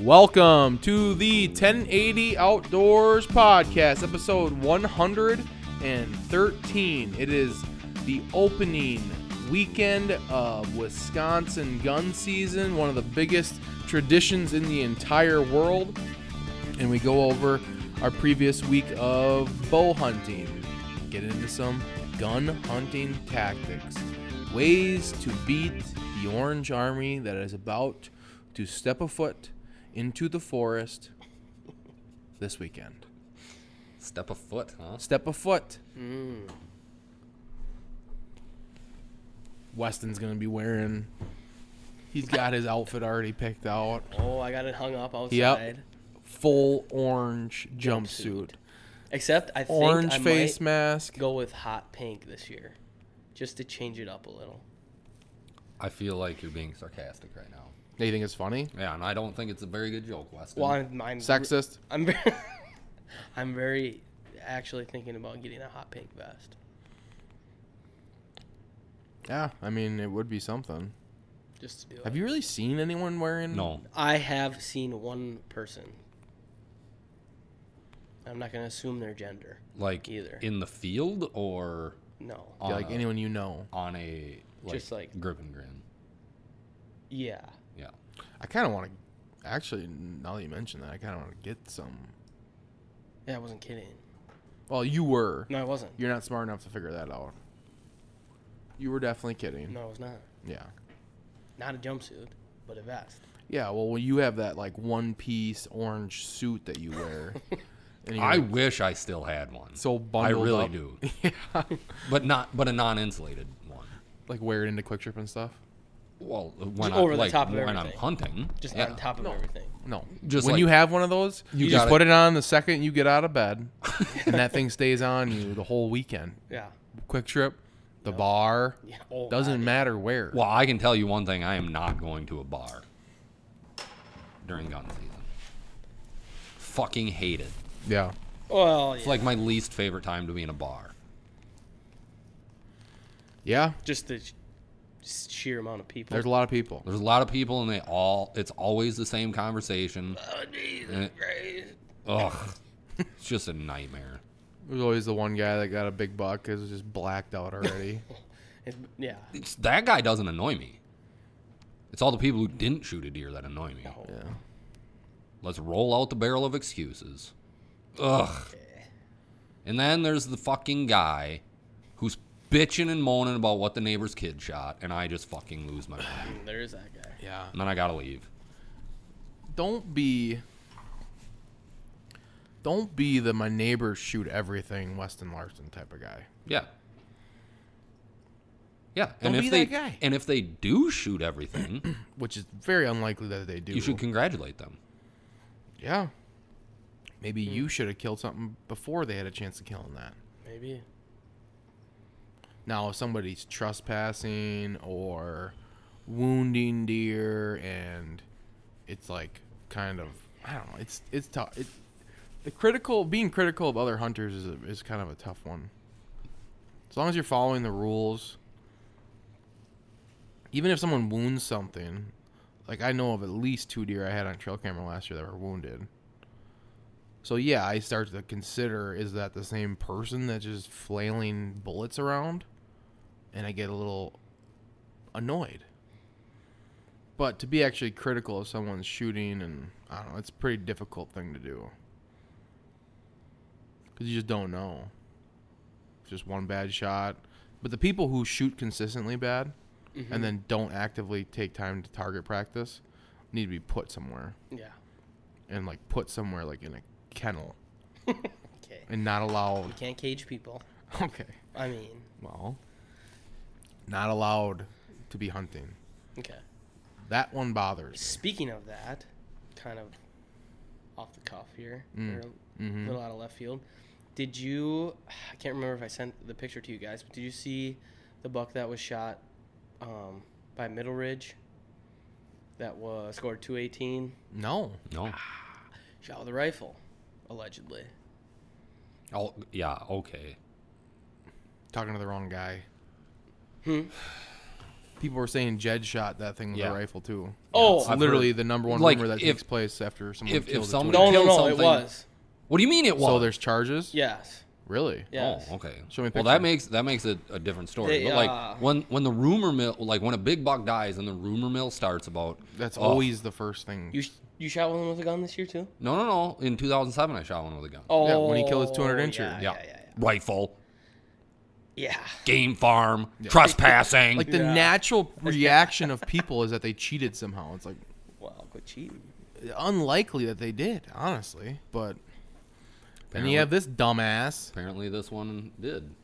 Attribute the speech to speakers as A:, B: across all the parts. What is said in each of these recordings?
A: Welcome to the 1080 Outdoors Podcast, episode 113. It is the opening weekend of Wisconsin gun season, one of the biggest traditions in the entire world. And we go over our previous week of bow hunting, get into some gun hunting tactics, ways to beat the Orange Army that is about to step a foot into the forest this weekend.
B: Step a foot, huh?
A: Step a foot.
C: Hmm.
A: Weston's gonna be wearing. He's got his outfit already picked out.
C: Oh, I got it hung up outside.
A: Full orange jumpsuit,
C: Except I think
A: orange
C: I
A: face
C: might
A: mask.
C: go with hot pink this year, just to change it up a little.
B: I feel like you're being sarcastic right now.
A: Do you think it's funny?
B: Yeah, and I don't think it's a very good joke, Weston.
C: Well, I'm, I'm
A: Sexist?
C: I'm very, I'm very actually thinking about getting a hot pink vest.
A: Yeah, I mean it would be something.
C: Just to do it.
A: Have you really seen anyone wearing?
B: No.
C: I have seen one person. I'm not gonna assume their gender.
B: Like
C: Either.
B: in the field or
C: No.
B: on
A: like
B: a,
A: anyone you know.
B: on a like,
C: Just like-
B: grip and grin.
C: Yeah.
B: Yeah.
A: I kind of want to. Actually, now that you mention that, I kind of want to get some.
C: Yeah, I wasn't kidding.
A: Well, you were.
C: No, I wasn't.
A: You're not smart enough to figure that out. You were definitely kidding.
C: No, I was not.
A: Yeah.
C: Not a jumpsuit, but a vest.
A: Yeah, well, when you have that like one piece orange suit that you wear. and you're
B: I
A: like,
B: wish I still had one.
A: so
B: I
A: bundled
B: really
A: up,
B: do. But not but a non-insulated one.
A: like wear it into quick trip and stuff.
B: Well, when
C: over
B: I
C: the
B: like
C: top of
B: when I'm
C: everything.
B: hunting,
C: Just
B: yeah.
C: on top of everything.
A: No.
B: Just
A: when
B: like-
A: you have one of those, you,
B: You
A: just
B: gotta-
A: put it on the second you get out of bed and that thing stays on you the whole weekend.
C: Yeah.
A: Quick trip, the bar,
C: Yeah. Oh,
A: doesn't matter where.
B: Well, I can tell you one thing: I am not going to a bar during gun season. Fucking hate it.
A: Yeah.
C: Well, yeah.
B: It's like my least favorite time to be in a bar.
A: Yeah.
C: just the sh- just sheer amount of people.
A: There's a lot of people.
B: There's a lot of people, and they all, it's always the same conversation.
C: Oh,
A: Eh.
B: And it- Ugh. It's just a nightmare.
A: There's always the one guy that got a big buck because just blacked out already.
C: It's- yeah.
B: It's, that guy doesn't annoy me. It's all the people who didn't shoot a deer that annoy me.
A: yeah.
B: Let's roll out the barrel of excuses. Ugh. And then there's the fucking guy who's bitching and moaning about what the neighbor's kid shot, and I just fucking lose my mind.
C: Mm, There is that guy.
A: Yeah.
B: And then I gotta leave.
A: don't be don't be the my neighbors shoot everything Weston Larson type of guy.
B: Yeah. Yeah,
A: Don't
B: and
A: be
B: if they
A: that guy.
B: and if they do shoot everything,
A: Which is very unlikely that they do.
B: you should congratulate them.
A: Yeah. Maybe
B: Hmm.
A: you should have killed something before they had a chance of killing that.
C: Maybe.
A: Now if somebody's trespassing or wounding deer and it's like kind of I don't know, it's it's tough. It the critical being critical of other hunters is a, is kind of a tough one. As long as you're following the rules, even if someone wounds something, like I know of at least two deer I had on trail camera last year that were wounded. So yeah, I start to consider is that the same person that's just flailing bullets around? And I get a little annoyed. But to be actually critical of someone's shooting and I don't know, it's a pretty difficult thing to do. Cuz you just don't know. Just one bad shot. But the people who shoot consistently bad and then don't actively take time to target practice need to be put somewhere
C: Yeah.
A: and like put somewhere like in a kennel
C: Okay.
A: and not allowed.
C: Can't cage people.
A: Okay.
C: I mean,
A: Well, not allowed to be hunting.
C: okay.
A: That one bothers.
C: Speaking of that, kind of off the cuff here, or
A: Mhm.
C: little out of left field. Did you? I can't remember if I sent the picture to you guys, but did you see the buck that was shot um, by Middle Ridge? That was scored 218.
A: No.
B: No.
A: Ah.
C: Shot with a rifle, allegedly.
B: Oh, yeah. Okay.
A: Talking to the wrong guy.
C: Hmm.
A: People were saying Jed shot that thing with
B: Yeah.
A: a rifle too.
C: Oh,
A: it's
B: I've
A: literally
B: heard-
A: the number one
B: like,
A: rumor that
B: if-
A: takes place after someone
B: if- if
A: kills a
B: somebody-
A: twin.
C: No, no,
B: Kill
C: no. It
B: something.
C: was.
B: What do you mean it was?
A: so there's charges.
C: Yes.
A: Really?
C: Yes.
B: Oh, okay.
A: Show me a
B: well, that
A: picture.
B: makes that makes it a different story.
C: They,
B: but like
C: uh,
B: when when the rumor mill, like when a big buck dies and the rumor mill starts about
A: That's
B: oh,
A: always the first thing.
C: You sh- you shot one with a gun this year too?
B: No, no, no. In 2007, I shot one with a gun.
C: Oh,
A: Yeah, when he killed his 200 incher.
C: Yeah,
B: yeah.
C: yeah, yeah,
B: Rifle,
C: yeah. yeah.
B: game farm, trespassing.
A: like the
C: Yeah.
A: natural reaction of people is that they cheated somehow. It's like
C: Well, quit cheating.
A: unlikely that they did, honestly. But and
B: Apparently-
A: you have this dumbass.
B: Apparently, this one did.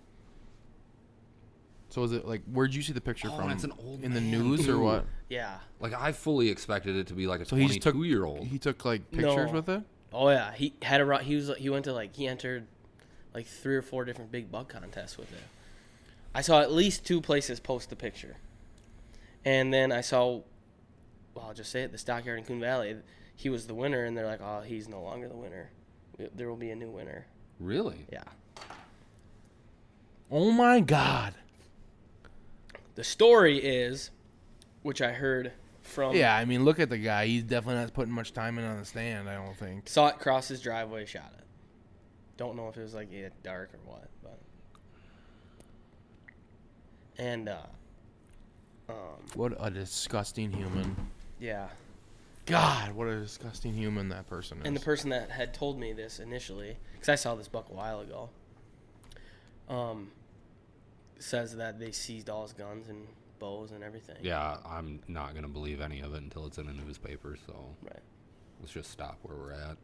A: So is it like where'd you see the picture
B: Oh,
A: from?
B: it's an old
A: in the
B: man,
A: news or
B: too.
A: what?
C: Yeah.
B: Like I fully expected it to be like a
A: So he just took
B: 22 year old.
A: He took like pictures
C: No.
A: with it.
C: Oh yeah, he had a ro- he was he went to like he entered like three or four different big buck contests with it. I saw at least two places post the picture, and then I saw, well, I'll just say it, the stockyard in Coon Valley. He was the winner, and they're like, oh, he's no longer the winner. There will be a new winner.
B: Really?
C: Yeah.
A: Oh my god.
C: The story is, which I heard from
A: Yeah, I mean, look at the guy. He's definitely not putting much time in on the stand. I don't think.
C: saw it cross his driveway, shot it. Don't know if it was like yeah, dark or what, but and uh, um,
A: What a disgusting human.
C: yeah,
A: God, what a disgusting human that person is.
C: and the person that had told me this initially, because I saw this buck a while ago, um, says that they seized all his guns and bows and everything.
B: Yeah, I'm not gonna believe any of it until it's in a newspaper. So
C: Right.
B: let's just stop where we're at.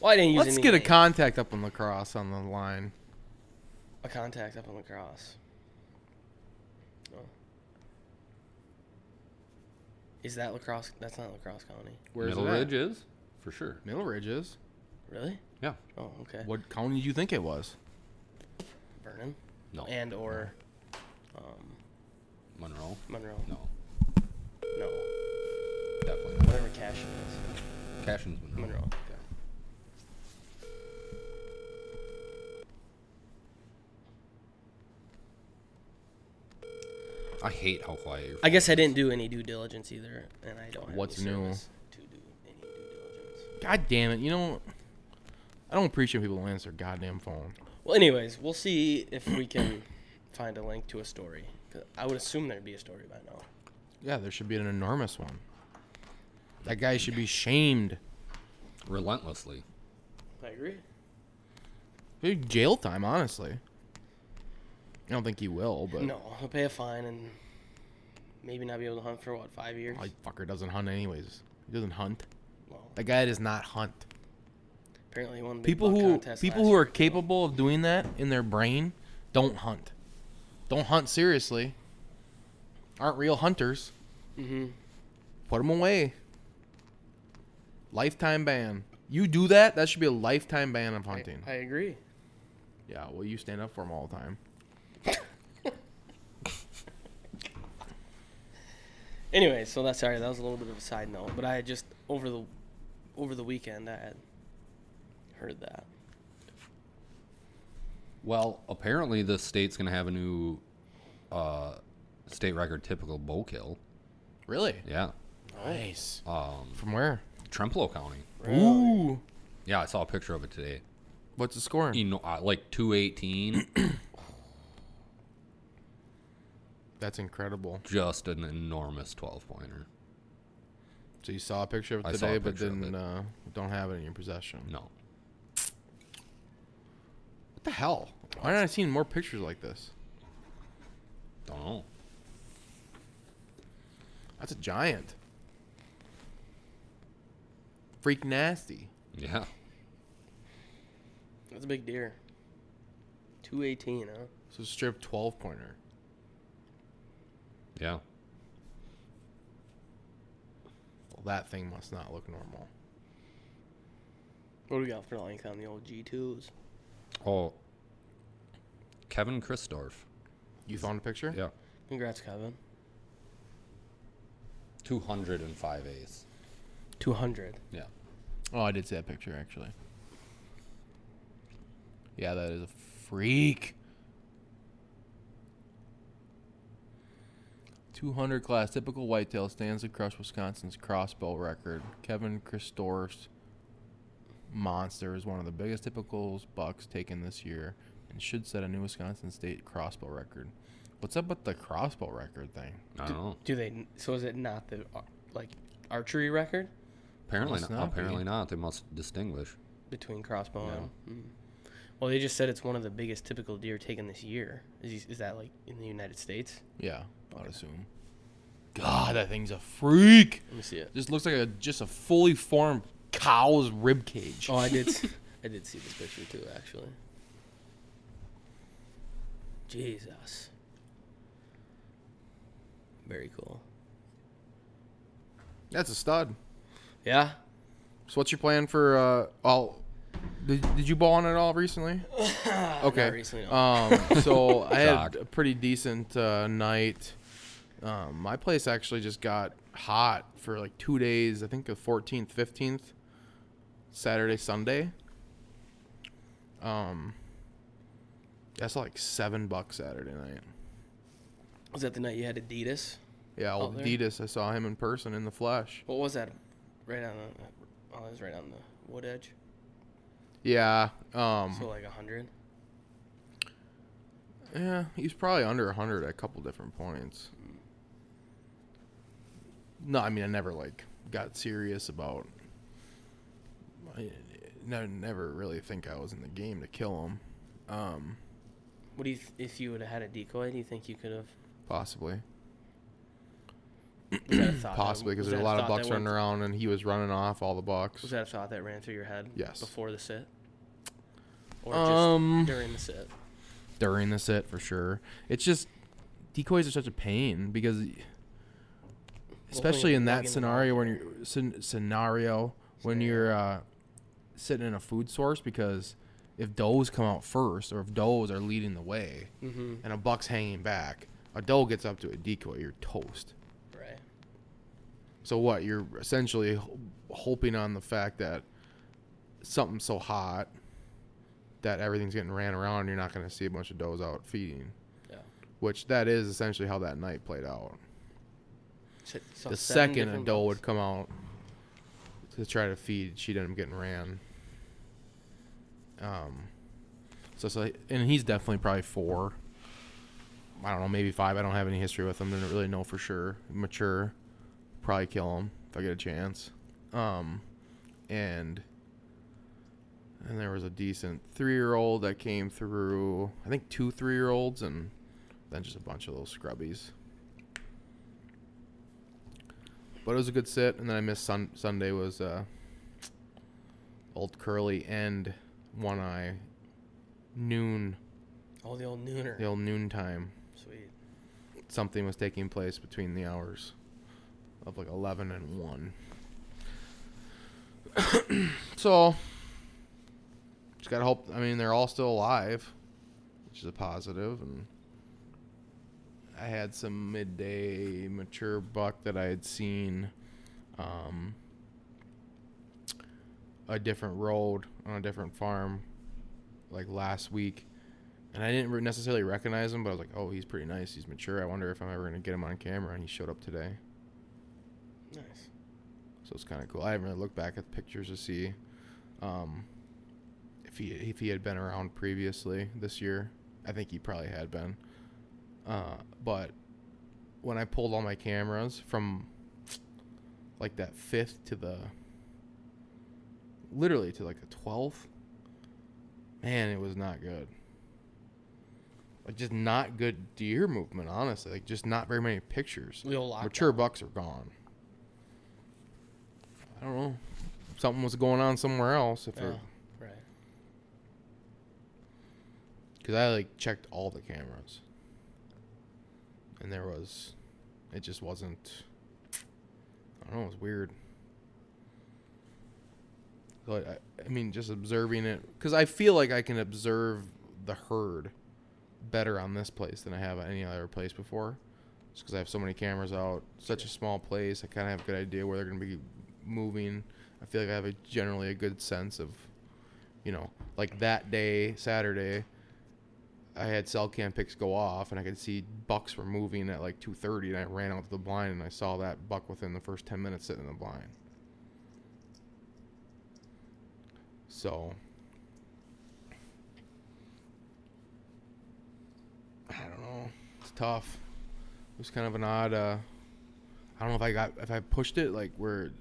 C: Well, I didn't use.
A: Let's
C: any
A: get a
C: name.
A: contact up on lacrosse on the line.
C: a contact up on lacrosse. Oh. Is that lacrosse? That's not lacrosse county.
A: Where's
B: Middle
A: it at?
B: Ridge is for sure.
A: Middle Ridge is.
C: Really?
B: Yeah.
C: Oh, okay.
A: What county do you think it was?
C: Vernon
B: No.
C: and or um,
B: Monroe.
C: Monroe.
B: No.
C: No.
B: Definitely. Not.
C: Whatever Cashin is.
B: Cashin's Monroe.
C: Monroe.
B: Okay. I hate how quiet your
C: I guess I didn't do any due diligence either, and I don't. Have
A: What's
C: any
A: new?
C: service To do any due diligence.
A: God damn it! You know, I don't appreciate people who answer goddamn phone.
C: Well, anyways, we'll see if we can find a link to a story. 'Cause I would assume there'd be a story by now.
A: Yeah, there should be an enormous one. That guy should be shamed.
B: relentlessly.
C: I agree.
A: Maybe jail time, honestly. I don't think he will, but
C: No, he'll pay a fine and maybe not be able to hunt for what five years.
A: like fucker doesn't hunt anyways. He doesn't hunt.
C: well,
A: That guy does not hunt.
C: apparently, one big
A: People
C: buck
A: who
C: contest
A: people
C: last
A: who are
C: year.
A: capable of doing that in their brain don't hunt. Don't hunt seriously. Aren't real hunters.
C: Mhm.
A: Put them away. Lifetime ban. You do that, that should be a lifetime ban of hunting.
C: I agree.
A: Yeah, well, you stand up for him all the time.
C: Anyway, so that's sorry. That was a little bit of a side note, but I had just over the over the weekend I had heard that.
B: Well, apparently the state's gonna have a new uh, state record typical bow kill.
A: Really?
B: Yeah.
A: Nice.
B: Um,
A: From where?
B: Trempealeau County.
A: Ooh.
B: Yeah, I saw a picture of it today.
A: What's the score?
B: You know, uh, like 218,
A: That's incredible.
B: just an enormous 12 pointer.
A: So you saw a picture of it
B: I saw a
A: today, but
B: picture of
A: didn't
B: it.
A: uh, don't have it in your possession.
B: No.
A: What the hell? Why not I seen more pictures like this?
B: Don't know.
A: That's a giant. Freak nasty.
B: Yeah.
C: That's a big deer. Two eighteen, huh?
A: So strip twelve pointer.
B: Yeah.
A: Oh That thing must not look normal.
C: What do we got for length on the old G2s?
B: Oh, Kevin Christorf.
A: You found a picture?
B: Yeah,
C: Congrats, Kevin.
B: two hundred and five A's.
C: 200.
B: Yeah,
A: Oh, I did see that picture actually. Yeah, that is a freak. 200 class typical whitetail stands to crush Wisconsin's crossbow record. Kevin Christorf's monster is one of the biggest typical bucks taken this year and should set a new Wisconsin state crossbow record. What's up with the crossbow record thing?
B: I don't know.
C: Do they? So is it not the ar- like archery record
B: Apparently
A: Must
B: not.
A: not be.
B: apparently not. They must distinguish.
C: between crossbow and? Mm. Well, they just said it's one of the biggest typical deer taken this year. Is, is that like in the United States?
A: Yeah, I'd assume. God, that thing's a freak.
C: Let me see it.
A: This looks like a just a fully formed cow's rib cage.
C: Oh, I did. s- I did see this picture too, actually. Jesus. Very cool.
A: That's a stud.
C: Yeah.
A: So what's your plan for uh all did, did you ball on it all recently? Okay.
C: recently, no.
A: Um so I had
B: Jog.
A: a pretty decent uh, night. Um my place actually just got hot for like 2 days, I think the 14th, 15th, Saturday, Sunday. Um that's like 7 bucks Saturday night.
C: Was that the night you had Adidas?
A: Yeah, old
C: there.
A: Adidas, I saw him in person in the flesh.
C: What was that? Right on the. Oh, it was right on the wood edge.
A: Yeah. Um,
C: So like a hundred.
A: yeah, he's probably under 100 at a couple different points. No, I mean, I never, like, got serious about... I never, never really think I was in the game to kill him, um,
C: What do you? Th- if you would have had a decoy, do you think you could have?
A: possibly.
C: was that a thought that-
A: Possibly, because
C: was
A: there's a
C: that
A: lot of
C: thought that
A: bucks running
C: went-
A: around, and he was running off all the bucks.
C: Was that a thought that ran through your head?
A: Yes.
C: Before the sit. Or
A: Um,
C: just during the sit.
A: during the set for sure. It's just decoys are such a pain because, especially in
C: lugging
A: that
C: them
A: scenario when you're scen- scenario when you're uh, sitting in a food source because if does come out first or if does are leading the way and a buck's hanging back, a doe gets up to a decoy, you're toast.
C: Right.
A: So what? You're essentially ho- hoping on the fact that something's so hot that everything's getting ran around. and You're not going to see a bunch of does out feeding.
C: Yeah.
A: Which that is essentially how that night played out.
C: So- so
A: the
C: seven
A: second a
C: different
A: doe
C: bucks.
A: would come out to try to feed, she'd end up getting ran. Um, so so and he's definitely probably four. I don't know, maybe five. I don't have any history with him. Didn't really know for sure. Mature, probably kill him if I get a chance. Um, and and there was a decent three-year-old that came through. I think two three-year-olds and then just a bunch of little scrubbies. But it was a good sit, and then I missed sun- Sunday was uh, old curly and one eye noon,
C: Oh, the old nooner.
A: the old noon time.
C: Sweet.
A: Something was taking place between the hours of like eleven and one. so just gotta hope. I mean, they're all still alive, which is a positive, and. I had some midday mature buck that I had seen um, a different road on a different farm like last week. And I didn't re- necessarily recognize him, but I was like, oh, he's pretty nice. He's mature. I wonder if I'm ever going to get him on camera. And he showed up today.
C: Nice.
A: So it's kind of cool. I haven't really looked back at the pictures to see um, if he if he had been around previously this year. I think he probably had been. Uh, but when I pulled all my cameras from like that fifth to the literally to like the twelfth, man, it was not good. Like just not good deer movement, honestly. Like just not very many pictures.
C: The old lockdown.
A: Mature bucks are gone. I don't know. Something was going on somewhere else. If
C: Yeah.
A: because
C: Right.
A: I like checked all the cameras, and there was, it just wasn't. I don't know. It was weird. But I, I mean, just observing it because I feel like I can observe the herd better on this place than I have at any other place before. Just because I have so many cameras out, such a small place, I kind of have a good idea where they're going to be moving. I feel like I have a generally a good sense of, you know, like that day Saturday. I had cell cam picks go off, and I could see bucks were moving at like 2:30, and I ran out to the blind, and I saw that buck within the first 10 minutes sitting in the blind. So I don't know. It's tough. It was kind of an odd. Uh, I don't know if I got if I pushed it like where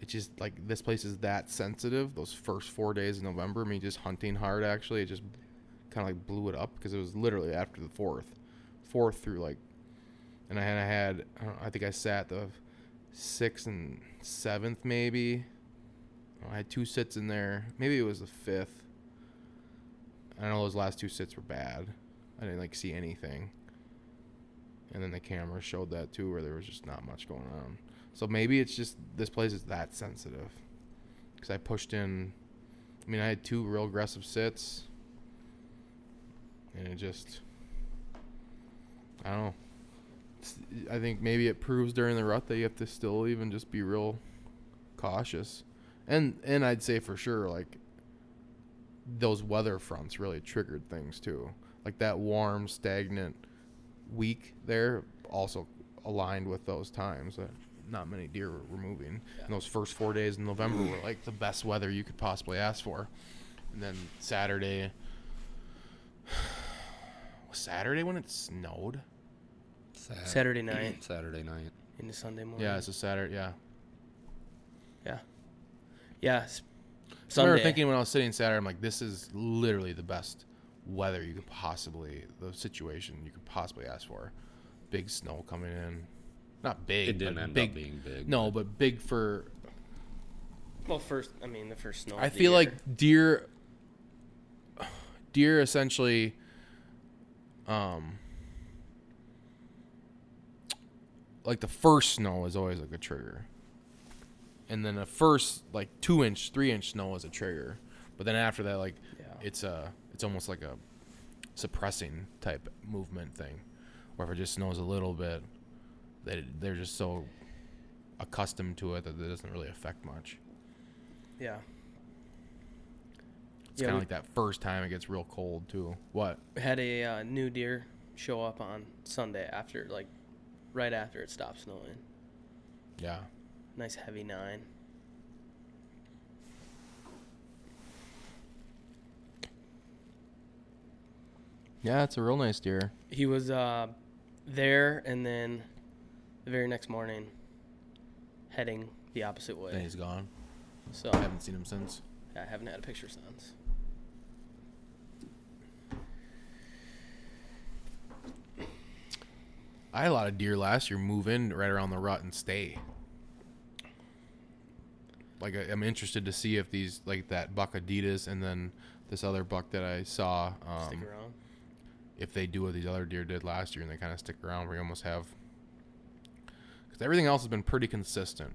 A: it's just like this place is that sensitive. Those first four days in November, me just hunting hard. Actually, it just kind of like blew it up because it was literally after the fourth, fourth through like, and I had I had I, don't know, I think I sat the sixth and seventh maybe. I had two sits in there. Maybe it was the fifth. I know those last two sits were bad. I didn't like see anything. And then the camera showed that too, where there was just not much going on. So maybe it's just this place is that sensitive. Because I pushed in. I mean, I had two real aggressive sits. And it just. I don't know. It's, I think maybe it proves during the rut that you have to still even just be real cautious. And and I'd say for sure like those weather fronts really triggered things too. Like that warm, stagnant week there also aligned with those times that not many deer were, were moving. And those first four days in November were like the best weather you could possibly ask for. And then Saturday was Saturday when it snowed.
B: Sat-
C: Saturday night
B: Saturday night.
C: into Sunday morning.
A: Uh, Yeah, it's a Saturday. Yeah,
C: Yeah. Yeah. s-
A: I remember
C: Sunday.
A: thinking when I was sitting Saturday, I'm like, this is literally the best weather you could possibly, the situation you could possibly ask for. Big snow coming in, not big.
B: It didn't
A: but
B: end
A: big,
B: up being big.
A: No, but big for.
C: well, first, I mean, the first snow.
A: I
C: of the
A: feel
C: year.
A: like deer. Deer essentially. Um. Like the first snow is always like a trigger. and then the first like two inch, three inch snow is a trigger, but then after that, like
C: Yeah.
A: it's a, it's almost like a suppressing type movement thing, where if it just snows a little bit, they they're just so accustomed to it that it doesn't really affect much.
C: Yeah.
A: It's
C: Yeah,
A: kind
C: we-
A: of like that first time it gets real cold too. What?
C: Had a uh, new deer show up on Sunday after, like, right after it stopped snowing.
A: Yeah.
C: Nice heavy nine.
A: Yeah, it's a real nice deer.
C: He was uh, there, and then the very next morning, heading the opposite
A: Then
C: way.
A: he's gone.
C: So
A: I haven't seen him since.
C: I haven't had a picture since.
A: I had a lot of deer last year move in right around the rut and stay. Like I, I'm interested to see if these like that buck Adidas and then this other buck that I saw,
C: Stick
A: um,
C: around.
A: if they do what these other deer did last year and they kind of stick around, where you almost have because everything else has been pretty consistent.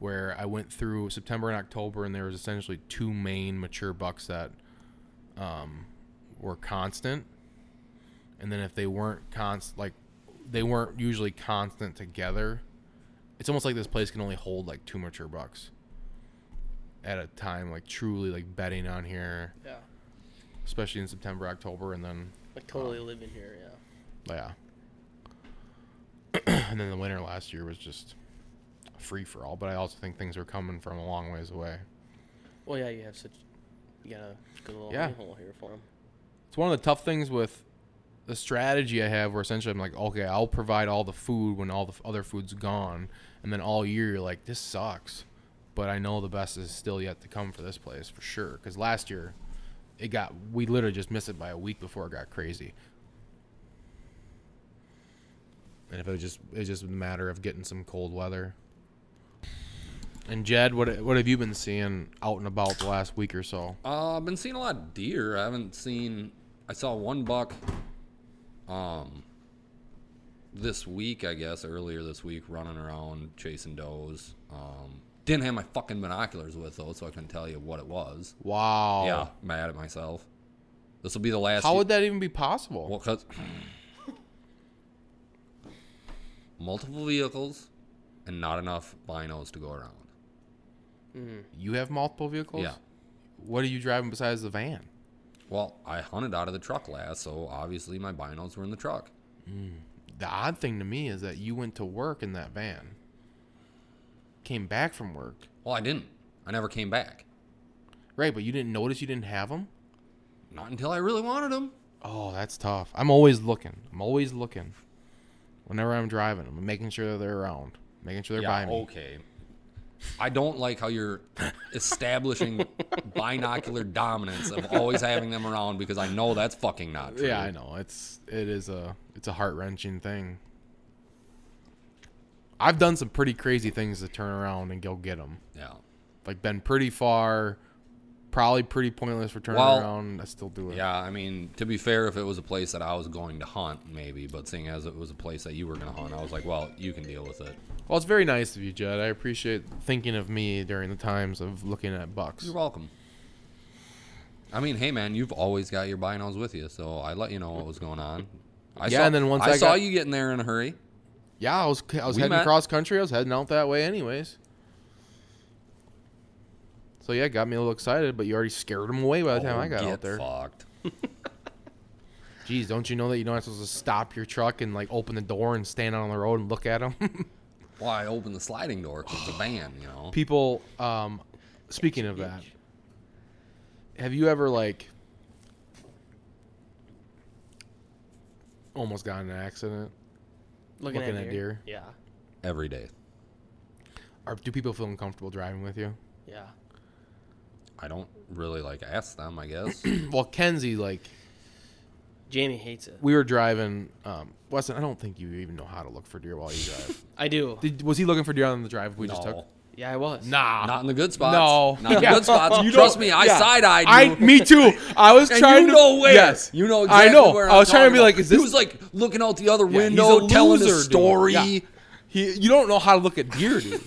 A: Where I went through September and October, and there was essentially two main mature bucks that um, were constant, and then if they weren't const like they weren't usually constant together, it's almost like this place can only hold like two mature bucks at a time, like truly like betting on here,
C: Yeah.
A: especially in September, October, and then
C: Like, totally living here, yeah.
A: yeah. and then the winter last year was just free for all, but I also think things were coming from a long ways away.
C: Well, yeah, you have such. You got a good little
A: Yeah.
C: hole here for him.
A: It's one of the tough things with the strategy I have where essentially I'm like, okay, I'll provide all the food when all the f- other food's gone. And then all year you're like, this sucks. But I know the best is still yet to come for this place for sure. Because last year, it got, we literally just missed it by a week before it got crazy. And if it was just, it was just a matter of getting some cold weather. And Jed, what what have you been seeing out and about the last week or so?
B: Uh, I've been seeing a lot of deer. I haven't seen. I saw one buck. Um. This week, I guess earlier this week, running around chasing does. Um, Didn't have my fucking binoculars with though, so I couldn't tell you what it was.
A: Wow.
B: Yeah, mad at myself. This will be the last.
A: Oh. How would that even be possible?
B: Well, because multiple vehicles and not enough binos to go around.
A: you have multiple vehicles.
B: Yeah.
A: What are you driving besides the van?
B: Well, I hunted out of the truck last, so obviously my binos were in the truck.
A: The odd thing to me is that you went to work in that van. Came back from work.
B: Well, I didn't. I never came back.
A: Right, but you didn't notice you didn't have them?
B: Not until I really wanted them.
A: Oh, that's tough. I'm always looking. I'm always looking. Whenever I'm driving, I'm making sure they're around, making sure they're by me.
B: okay. I don't like how you're establishing binocular dominance of always having them around because I know that's fucking not true.
A: Yeah, I know. It's it is a it's a heart wrenching thing. I've done some pretty crazy things to turn around and go get them.
B: Yeah.
A: Like been pretty far, probably pretty pointless for turning
B: Well-
A: around. I still do it.
B: Yeah, I mean, to be fair, if it was a place that I was going to hunt, maybe, but seeing as it was a place that you were going to hunt, I was like, well, you can deal with it.
A: Well, it's very nice of you, Jed. I appreciate thinking of me during the times of looking at bucks.
B: You're welcome. I mean, hey, man, you've always got your binos with you, so I let you know what was going on. I
A: Yeah,
B: saw,
A: and then once I
B: saw
A: got-
B: you getting there in a hurry.
A: Yeah, I was I was
B: We
A: heading
B: met.
A: cross country. I was heading out that way, anyways. So yeah, got me a little excited, but you already scared him away by the time
B: Oh,
A: I got
B: get
A: out there.
B: fucked.
A: Geez, don't you know that you're not supposed to stop your truck and like open the door and stand out on the road and look at them?
B: Well, I opened the sliding door 'cause it's a van, you know.
A: People, um, speaking of that, have you ever like almost got in an accident?
C: Looking,
A: Looking
C: at,
A: at
C: deer.
A: deer.
C: Yeah.
B: Every day.
A: Or do people feel uncomfortable driving with you?
C: Yeah.
B: I don't really like ask them, I guess.
A: Well, Kenzie, like
C: Jamie hates it.
A: we were driving. Um, Weston, I don't think you even know how to look for deer while you drive.
C: I do.
A: Did, was he looking for deer on the drive we just
B: no.
A: took?
C: Yeah, I was.
A: Nah,
B: Not in the good spots.
A: No.
B: Not in the
A: Yeah.
B: good spots. Trust me, I
A: yeah.
B: side eyed
A: I,
B: you.
A: me too. I was
B: and
A: trying
B: you
A: to.
B: know where.
A: Yes,
B: You know exactly
A: I know.
B: where
A: I was
B: I'm
A: trying to
B: talking
A: be like,
B: about.
A: is this?
B: He was like looking out the other
A: Yeah, he's
B: window,
A: a
B: telling
A: loser,
B: a
A: dude.
B: story.
A: Yeah. He, you don't know how to look at deer, dude.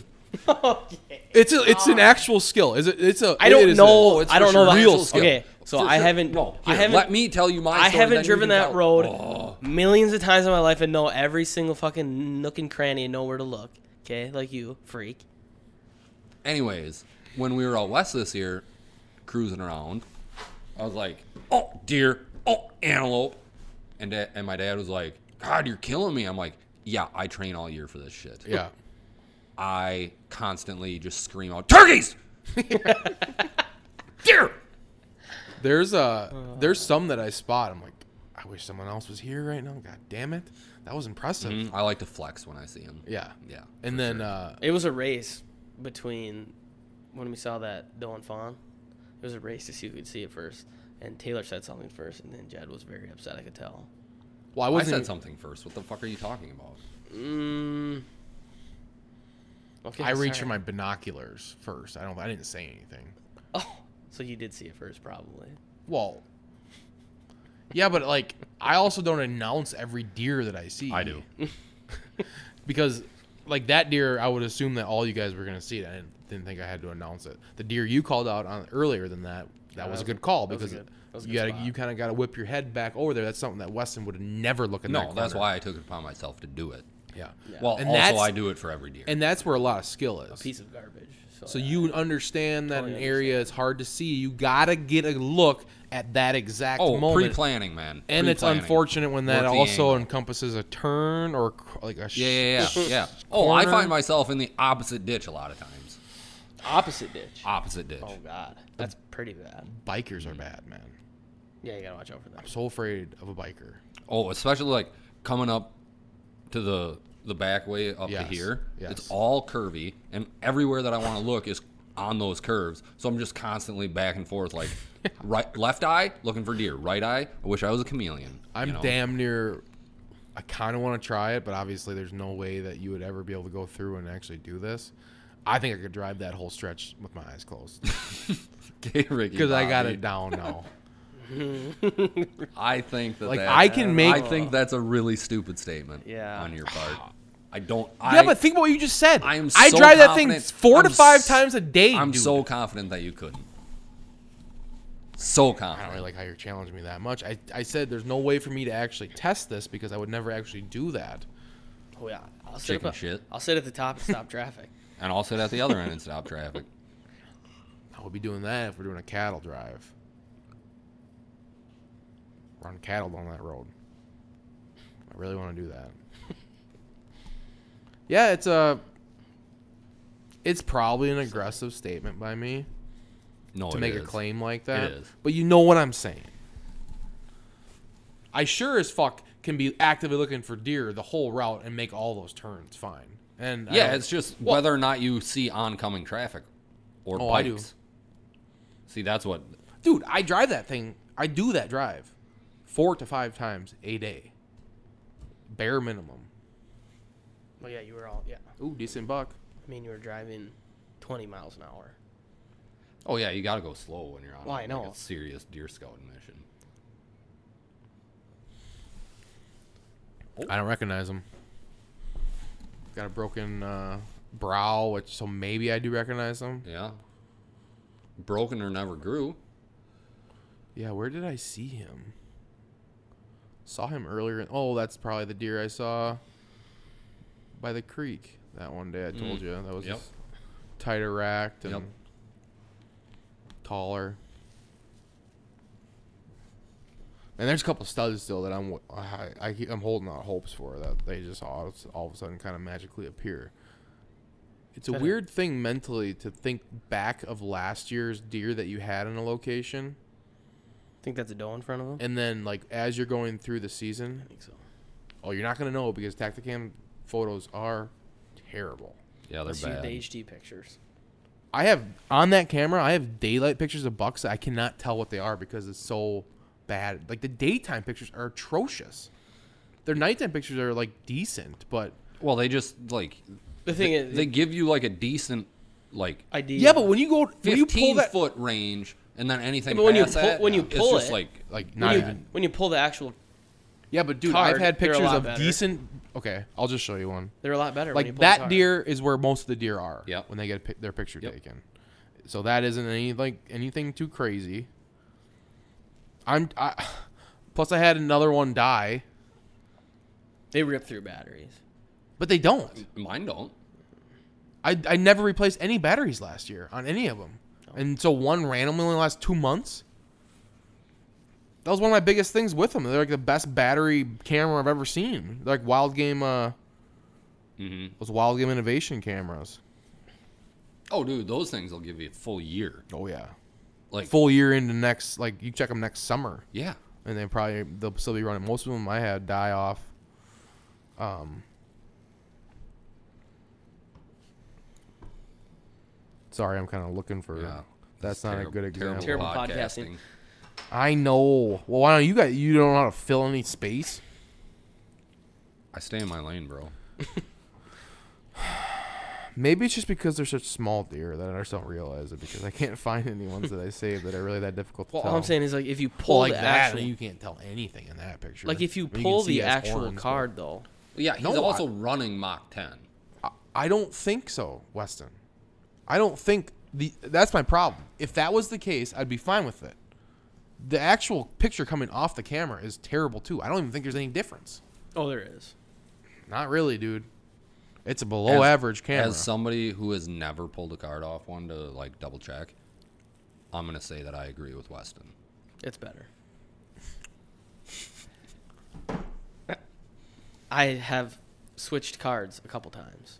A: It's a, it's an actual skill. Is it? It's a.
C: I
A: it
C: don't
A: is a-
C: know.
B: Oh, it's
C: I
B: for
C: don't
B: sure
C: know the
B: real
C: actual-
B: skill.
C: Okay, so
B: For
C: I
B: sure.
C: haven't.
B: No,
C: I
B: here,
C: haven't.
B: let me tell you my
C: I
B: story, then
C: haven't
B: you
C: driven
B: can
C: that
B: tell-
C: road
B: Oh.
C: millions of times in my life and know every single fucking nook and cranny and know where to look. Okay, like you, freak.
B: Anyways, when we were out west this year, cruising around, I was like, "Oh deer, oh antelope," and da- and my dad was like, "God, you're killing me." I'm like, "Yeah, I train all year for this shit.
A: Yeah.
B: I constantly just scream out turkeys, deer."
A: There's a there's some that I spot. I'm like, I wish someone else was here right now. God damn it, that was impressive.
B: Mm, I like to flex when I see them.
A: Mm-hmm. Yeah.
B: Yeah.
A: And then uh,
C: It was a race between when we saw that Doan Fawn. It was a race to see who could see it first. And Taylor said something first, and then Jed was very upset. I could tell.
A: well, I
B: I
A: wasn't.
B: said
A: even-
B: something first. What the fuck are you talking about?
C: Mm. Okay,
A: I reached for
C: sorry.
A: my binoculars first. I don't. I didn't say anything.
C: Oh, so you did see it first, probably.
A: Well. Yeah, but like I also don't announce every deer that I see.
B: I do.
A: because like that deer, I would assume that all you guys were gonna see it. I didn't, didn't think I had to announce it. The deer you called out on earlier than that, that was a good call
C: that was a
A: because
C: good- that was a
A: you
C: good
A: gotta,
C: spot.
A: you kind of got to whip your head back over there. That's something that Weston would never look in.
B: No,
A: that
B: that's
A: corner.
B: why I took it upon myself to do it.
A: Yeah.
B: Well,
A: And
B: also
A: that's-
B: I do it for every deer.
A: and that's where a lot of skill is.
C: Piece of garbage. So,
A: so
C: yeah.
A: you understand that
C: Totally
A: an area is hard to see. You gotta get a look at that exact
B: oh,
A: moment.
B: pre-planning, man.
A: and it's
B: Pre-planning.
A: unfortunate when that
B: Work the
A: also
B: angle.
A: encompasses a turn or cr- like a sh-
B: Yeah, yeah, yeah. yeah. Oh, I
A: corner.
B: find myself in the opposite ditch a lot of times.
C: opposite ditch.
B: Opposite ditch.
C: Oh God, that's pretty bad.
A: bikers are bad, man.
C: Yeah, you gotta watch out for that.
A: I'm so afraid of a biker.
B: Oh, especially like coming up to the the back way up
A: Yes,
B: to here.
A: yes.
B: It's all curvy, and everywhere that I want to look is on those curves. So I'm just constantly back and forth, like right, left eye looking for deer, right eye. I wish I was a chameleon.
A: I'm
B: you know?
A: damn near. I kind of want to try it, but obviously there's no way that you would ever be able to go through and actually do this. I think I could drive that whole stretch with my eyes closed
B: Okay, Ricky
A: because I got
B: Bobby.
A: it down now.
B: I think that
A: Like,
B: that-
A: I can make- Oh.
B: I think that's a really stupid statement.
C: Yeah.
B: On your part. I don't.
A: yeah,
B: I,
A: but think about what you just said.
B: I am.
A: I
B: so
A: drive that thing
B: confident-
A: four to
B: I'm
A: five
B: s-
A: times a day.
B: I'm
A: dude.
B: so confident that you couldn't. So
A: I don't
B: confident.
A: really like how you're challenging me that much. I, I said there's no way for me to actually test this because I would never actually do that.
C: Oh yeah, I'll sit
B: Chicken
C: up,
B: shit.
C: I'll sit at the top and stop traffic.
B: And I'll sit at the other end and stop traffic.
A: I would be doing that if we're doing a cattle drive. Run cattle down that road. I really want to do that. yeah, it's a. It's probably an aggressive statement by me
B: No,
A: to
B: Oh, it
A: make a
B: is.
A: claim like that.
B: is.
A: But you know what I'm saying. I sure as fuck can be actively looking for deer the whole route and make all those turns fine. And I
B: Yeah,
A: don't-
B: it's just
A: Well-
B: whether or not you see oncoming traffic or
A: Oh, I
B: bikes.
A: do.
B: See, that's what.
A: dude, I drive that thing. I do that drive four to five times a day, bare minimum.
C: Well, yeah, you were all yeah.
A: Ooh, decent buck.
C: I mean, you were driving 20 miles an hour.
B: Oh yeah, you got to go slow when you're on
C: Well, I
B: like,
C: know.
B: a serious deer scouting mission.
A: I don't recognize him. Got a broken uh, brow, which so maybe I do recognize him.
B: Yeah. Broken or never grew.
A: Yeah, where did I see him? Saw him earlier. in- oh, that's probably the deer I saw by the creek that one day I told you. That was
B: Mm. Yep.
A: just tighter racked and
B: Yep.
A: taller. And there's a couple studs still that I'm I, I, keep- I'm holding out hopes for that they just all, all of a sudden kind of magically appear. It's a
C: Better-
A: weird thing mentally to think back of last year's deer that you had in a location
C: Think that's a doe in front of him?
A: and then like as you're going through the season,
C: I think so.
A: oh, you're not gonna know because Tacticam photos are terrible.
B: Yeah, they're
C: Let's see
B: bad.
C: the HD pictures.
A: I have on that camera, I have daylight pictures of bucks. that I cannot tell what they are because it's so bad. Like the daytime pictures are atrocious. Their nighttime pictures are like decent, but
B: Well, they just like
C: The thing
B: they,
C: is,
B: they give you like a decent like
C: ID.
A: yeah, but when you go, when you pull
B: fifteen
A: that,
B: foot range, and then anything
C: but when you
B: past
C: pull-
B: that,
C: when you pull
B: it's just
C: it-
B: like
A: like
C: when
A: not
C: you,
A: even.
C: when you pull the actual,
A: Yeah, but dude,
C: card,
A: I've had
C: they're a
A: pictures
C: lot
A: of
C: better.
A: decent. Okay, I'll just show you one.
C: they're a lot better. when you
A: like
C: pull the
A: that
C: car.
A: deer is where most of the deer are
B: Yep.
A: when they get pic- their picture
B: Yep.
A: taken so that isn't any like anything too crazy i'm I, plus i had another one die
C: They rip through batteries.
A: but they don't
B: mine don't.
A: i, I never replaced any batteries last year on any of them and so one randomly only lasts two months that was one of my biggest things with them they're like the best battery camera i've ever seen They're like wild game uh
B: Mhm.
A: those wild game innovation cameras
B: Oh, dude, those things will give you a full year.
A: oh yeah
B: Like
A: full year into next like you check them next summer
B: Yeah,
A: and they probably they'll still be running. Most of them I had die off. Um. Sorry, I'm kind of looking for.
B: Yeah.
A: That's not
B: Terrib-
A: a good example.
C: Terrible podcasting.
B: podcasting.
A: I know. Well, why don't you guys? You don't know how to fill any space.
B: I stay in my lane, bro.
A: Maybe it's just because they're such small deer that I just don't realize it because I can't find any ones that I saved that are really that difficult.
C: Well,
A: to tell.
C: all I'm saying is like if you pull
A: Well, like
C: the
A: that,
C: actual,
A: you can't tell anything in that picture.
C: like if you
A: I mean, can
C: pull
A: see
C: the
A: it has
C: actual
A: horns, but-
C: card though,
B: Yeah, he's
A: No,
B: also running Mach 10.
A: I don't think so, Weston. I don't think the that's my problem. If that was the case, I'd be fine with it. The actual picture coming off the camera is terrible too. I don't even think there's any difference.
C: oh there is.
A: Not really, dude. It's a below
B: As-
A: average camera.
B: As somebody who has never pulled a card off one to like double check, I'm gonna say that I agree with Weston.
C: It's better. I have switched cards a couple times.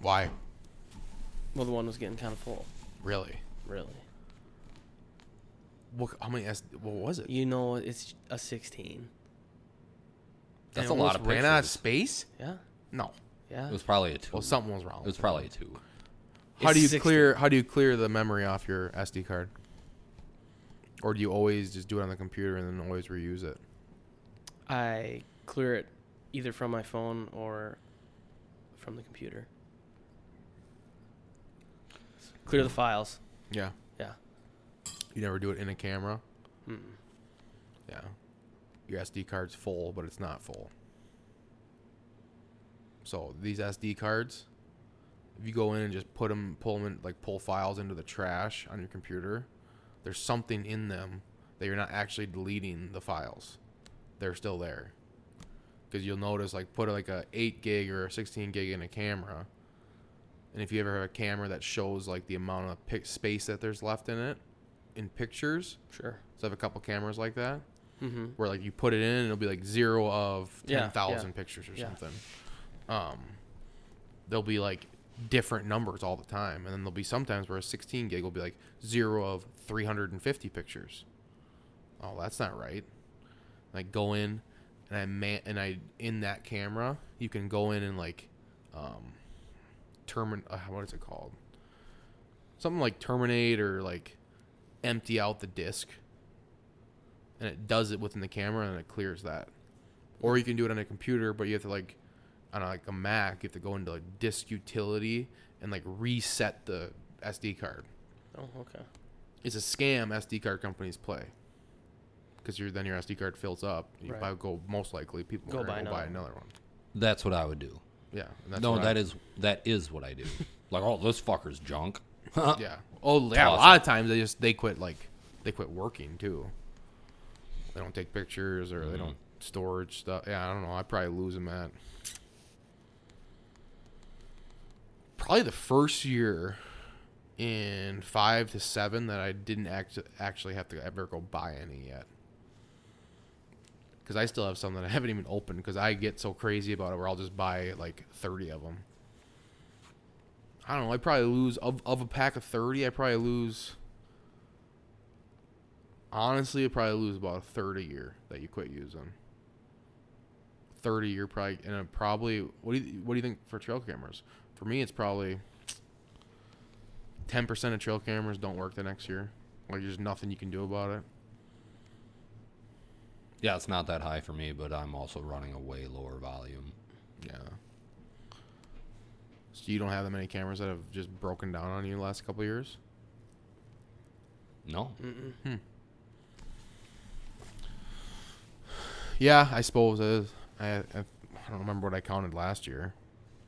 A: Why?
C: Well, the one was getting kind of full,
A: Really?
C: really.
A: What? How many? S- What was it?
C: You know, it's a 16.
B: That's
A: It
B: a lot
A: almost
B: of
A: ran out of
B: pictures.
A: space.
C: Yeah,
A: No.
C: yeah.
B: It was probably a two.
A: Well, something was wrong.
B: it was probably a two.
A: how
C: it's
A: do you
C: 60.
A: clear? How do you clear the memory off your SD card? Or do you always just do it on the computer and then always reuse it?
C: I clear it either from my phone or from the computer. Clear the files.
A: Yeah.
C: Yeah.
A: You never do it in a camera. Yeah. Your SD card's full, but it's not full. So these SD cards, if you go in and just put them, pull them, in, like pull files into the trash on your computer, there's something in them that you're not actually deleting the files. They're still there. Because you'll notice, like, put like a 8 gig or a 16 gig in a camera, and if you ever have a camera that shows like the amount of pic- space that there's left in it in pictures,
C: Sure.
A: so I have a couple cameras like that
C: Mm-hmm.
A: where like you put it in and it'll be like zero of
C: Yeah,
A: ten thousand
C: yeah.
A: pictures or
C: Yeah.
A: something. Um, there'll be like different numbers all the time, and then there'll be sometimes where a sixteen gig will be like zero of three hundred and fifty pictures. Oh, that's not right. And I go in and I man and I in that camera you can go in and like um termin uh, what is it called something like terminate or like empty out the disk and it does it within the camera and it clears that. Or you can do it on a computer, but you have to like on a, like a Mac, you have to go into like disk utility and like reset the SD card.
C: Oh, okay.
A: It's a scam SD card companies play because your then your SD card fills up. You
C: Right.
A: buy, go most likely people
C: Go
A: are gonna
C: buy
A: go buy
C: another
A: another one.
B: That's what I would do.
A: Yeah, and that's
B: no,
A: what I-
B: that is that is what I do. like, oh, this fucker's junk.
A: yeah. Oh yeah, a
B: Toss
A: lot of times they just they quit like they quit working too. They don't take pictures or they don't storage stuff. Yeah, I don't know. I probably lose them at probably the first year in five to seven that I didn't act- actually have to ever go buy any yet. Because I still have some that I haven't even opened because I get so crazy about it where I'll just buy like 30 of them. I don't know. I probably lose of, of a pack of 30. I probably lose. Honestly, I probably lose about a third a year that you quit using. Third a year, probably, and I'm probably. What do you What do you think for trail cameras? For me, it's probably ten percent of trail cameras don't work the next year. Like there's nothing you can do about it.
B: Yeah, it's not that high for me, but I'm also running a way lower volume.
A: Yeah. So you don't have that many cameras that have just broken down on you the last couple of years.
B: No,
A: Yeah, I suppose it is. I, I I don't remember what I counted last year.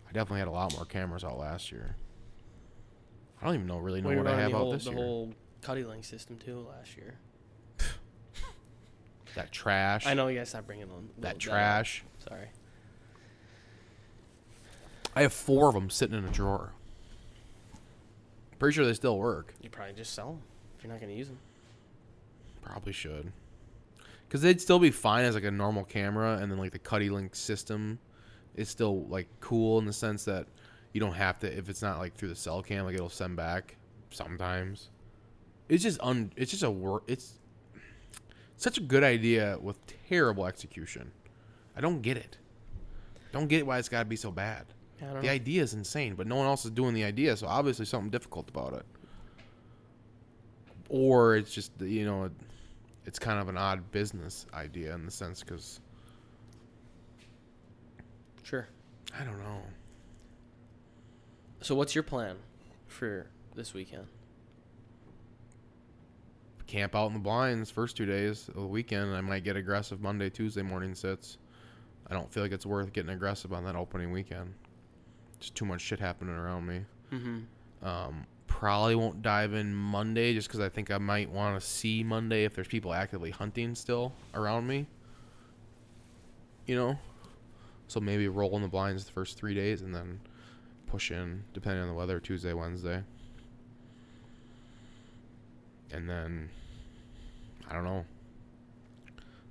A: I definitely had a lot more cameras out last year. I don't even know really know
C: we
A: what
C: were
A: I
C: on
A: have
C: the
A: out
C: whole,
A: this
C: the
A: year.
C: whole Cuddy Link system too last year.
A: that trash.
C: I know you guys stopped bringing on
A: That trash.
C: up. Sorry.
A: I have four of them sitting in a drawer. Pretty sure they still work.
C: You probably just sell them if you're not going to use them.
A: Probably should. Because they'd still be fine as like a normal camera, and then like the Cuddy Link system is still like cool in the sense that you don't have to if it's not like through the cell cam, like it'll send back sometimes. It's just un. It's just a work. It's such a good idea with terrible execution. I don't get it. Don't get why it's got to be so bad.
C: Yeah, I don't
A: The
C: know.
A: idea is insane, but no one else is doing the idea, so obviously something difficult about it. Or it's just you know, it's kind of an odd business idea in the sense because
C: Sure.
A: I don't know.
C: So what's your plan for this weekend?
A: Camp out in the blinds first two days of the weekend. I might get aggressive Monday, Tuesday morning sits. I don't feel like it's worth getting aggressive on that opening weekend. Just too much shit happening around me.
C: Mm-hmm.
A: Um, probably won't dive in Monday just because I think I might want to see Monday if there's people actively hunting still around me. You know? So maybe roll in the blinds the first three days and then push in, depending on the weather, Tuesday, Wednesday. And then, I don't know.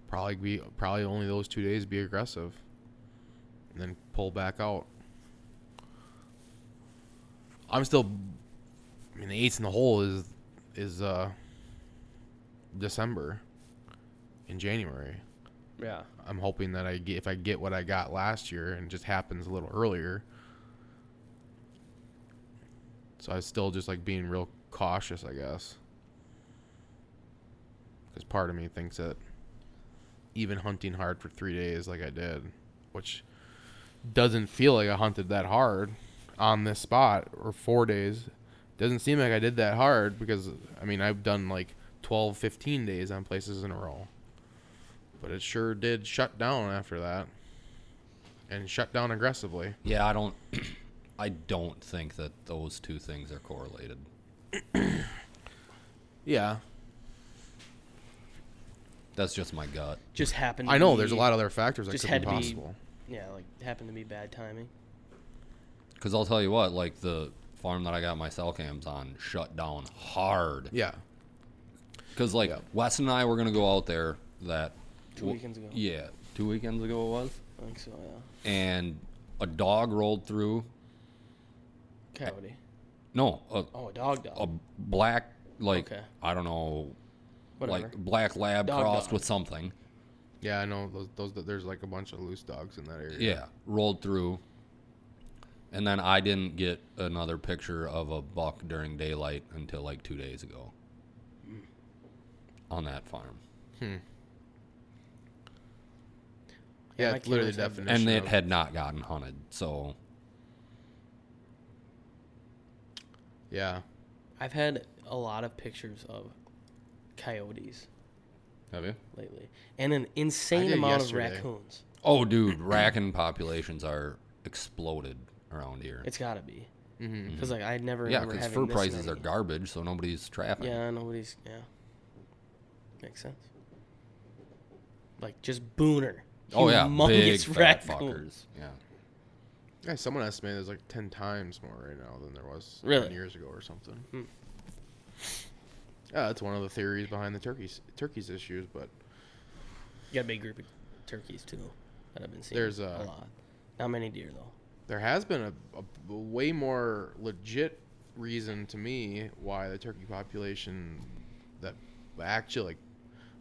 A: Probably be probably only those two days be aggressive, and then pull back out. I'm still. I mean, the eights in the hole is is uh December, in January.
C: Yeah.
A: I'm hoping that I get if I get what I got last year and it just happens a little earlier. So I still just like being real cautious, I guess. Because part of me thinks that even hunting hard for three days, like I did, which doesn't feel like I hunted that hard on this spot or four days, doesn't seem like I did that hard because I mean I've done like 12, 15 days on places in a row but it sure did shut down after that. and shut down aggressively.
B: Yeah, I don't. I don't think that those two things are correlated.
A: Yeah,
B: That's just my gut.
C: Just happened. To
A: I know.
C: be-
A: There's a lot of other factors that
C: just
A: could
C: had
A: be
C: to be-
A: possible.
C: Yeah, like happened to be bad timing.
B: Because I'll tell you what, like the farm that I got my cell cams on shut down hard.
A: Yeah,
B: Because like
A: Yeah.
B: Wes and I were gonna go out there that
C: Two weekends ago.
B: Yeah, two weekends ago it was,
C: I think so. Yeah.
B: and a dog rolled through.
C: Coyote.
B: No, a,
C: Oh, a dog dog.
B: a black like
C: Okay.
B: I don't know,
C: Whatever.
B: like black lab
C: Dog
B: crossed
C: dog.
B: with something.
A: yeah. I know. Those, those there's like a bunch of loose dogs in that area.
B: Yeah, rolled through. And then I didn't get another picture of a buck during daylight until like two days ago Hmm. on that farm.
A: yeah.
C: my
A: It's literally the
C: cameras have-
A: definition.
B: And it
A: of-
B: had not gotten hunted. So,
A: Yeah.
C: I've had a lot of pictures of coyotes
B: have you?
C: lately, and an insane
A: did
C: amount
A: yesterday.
C: of raccoons.
B: Oh, dude, raccoon populations are exploded around here.
C: It's gotta be.
A: Mm-hmm.
C: Because like I never
B: Mm-hmm. yeah,
C: remember
B: because
C: having
B: fur
C: this
B: prices
C: many.
B: are garbage, so nobody's trapping.
C: Yeah, nobody's. Yeah, makes sense. Like just booner.
B: oh, yeah. Big
C: humongous
B: fat
C: raccoon.
B: fuckers. Yeah.
A: Yeah, someone estimated there's like ten times more right now than there was
C: Really?
A: ten years ago or something.
C: Hmm.
A: Yeah, that's one of the theories behind the turkeys turkeys issues, but
C: You got a big group of turkeys too that I've been seeing.
A: There's,
C: a
A: uh,
C: lot. Not many deer though.
A: there has been a, a way more legit reason to me why the turkey population that actually like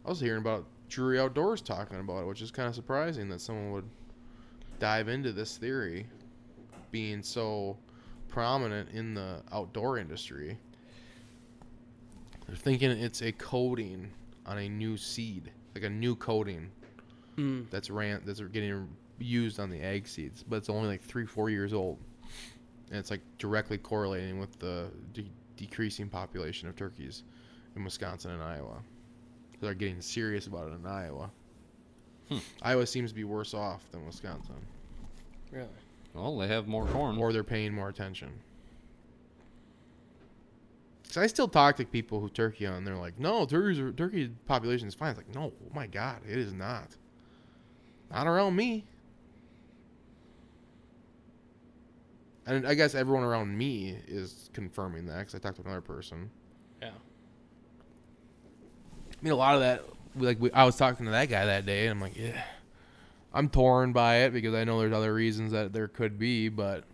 A: I was hearing about Drury Outdoors talking about it, which is kind of surprising that someone would dive into this theory being so prominent in the outdoor industry. They're thinking it's a coating on a new seed, like a new coating that's ran that's getting used on the egg seeds, but it's only like three four years old, and it's like directly correlating with the de- decreasing population of turkeys in Wisconsin and Iowa. So they're getting serious about it in Iowa. Iowa seems to be worse off than Wisconsin,
C: Really.
B: Well, they have more corn.
A: or they're paying more attention. Cause I still talk to people who turkey hunt, and they're like, "No, turkeys are, turkey population is fine." It's like, "No, oh my god, it is not. Not around me." And I guess everyone around me is confirming that because I talked to another person.
C: Yeah.
A: I mean, a lot of that, like we, I was talking to that guy that day, and I'm like, yeah, I'm torn by it because I know there's other reasons that there could be, but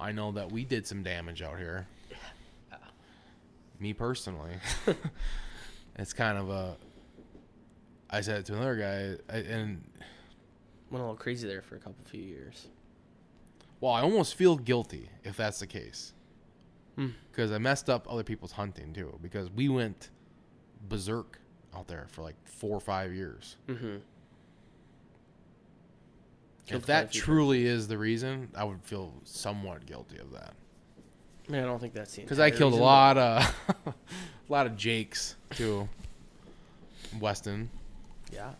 A: I know that we did some damage out here. Me personally, it's kind of a. I said it to another guy, I, and
C: Went a little crazy there for a couple few years.
A: well, I almost feel guilty if that's the case, because I messed up other people's hunting too. Because we went berserk out there for like four or five years.
C: Mm-hmm.
A: if that truly is the reason, I would feel somewhat guilty of that
C: I mean, I don't think that's the
A: because I
C: entire
A: killed a
C: reason, but-
A: lot of a lot of Jakes too. Weston,
C: Yeah.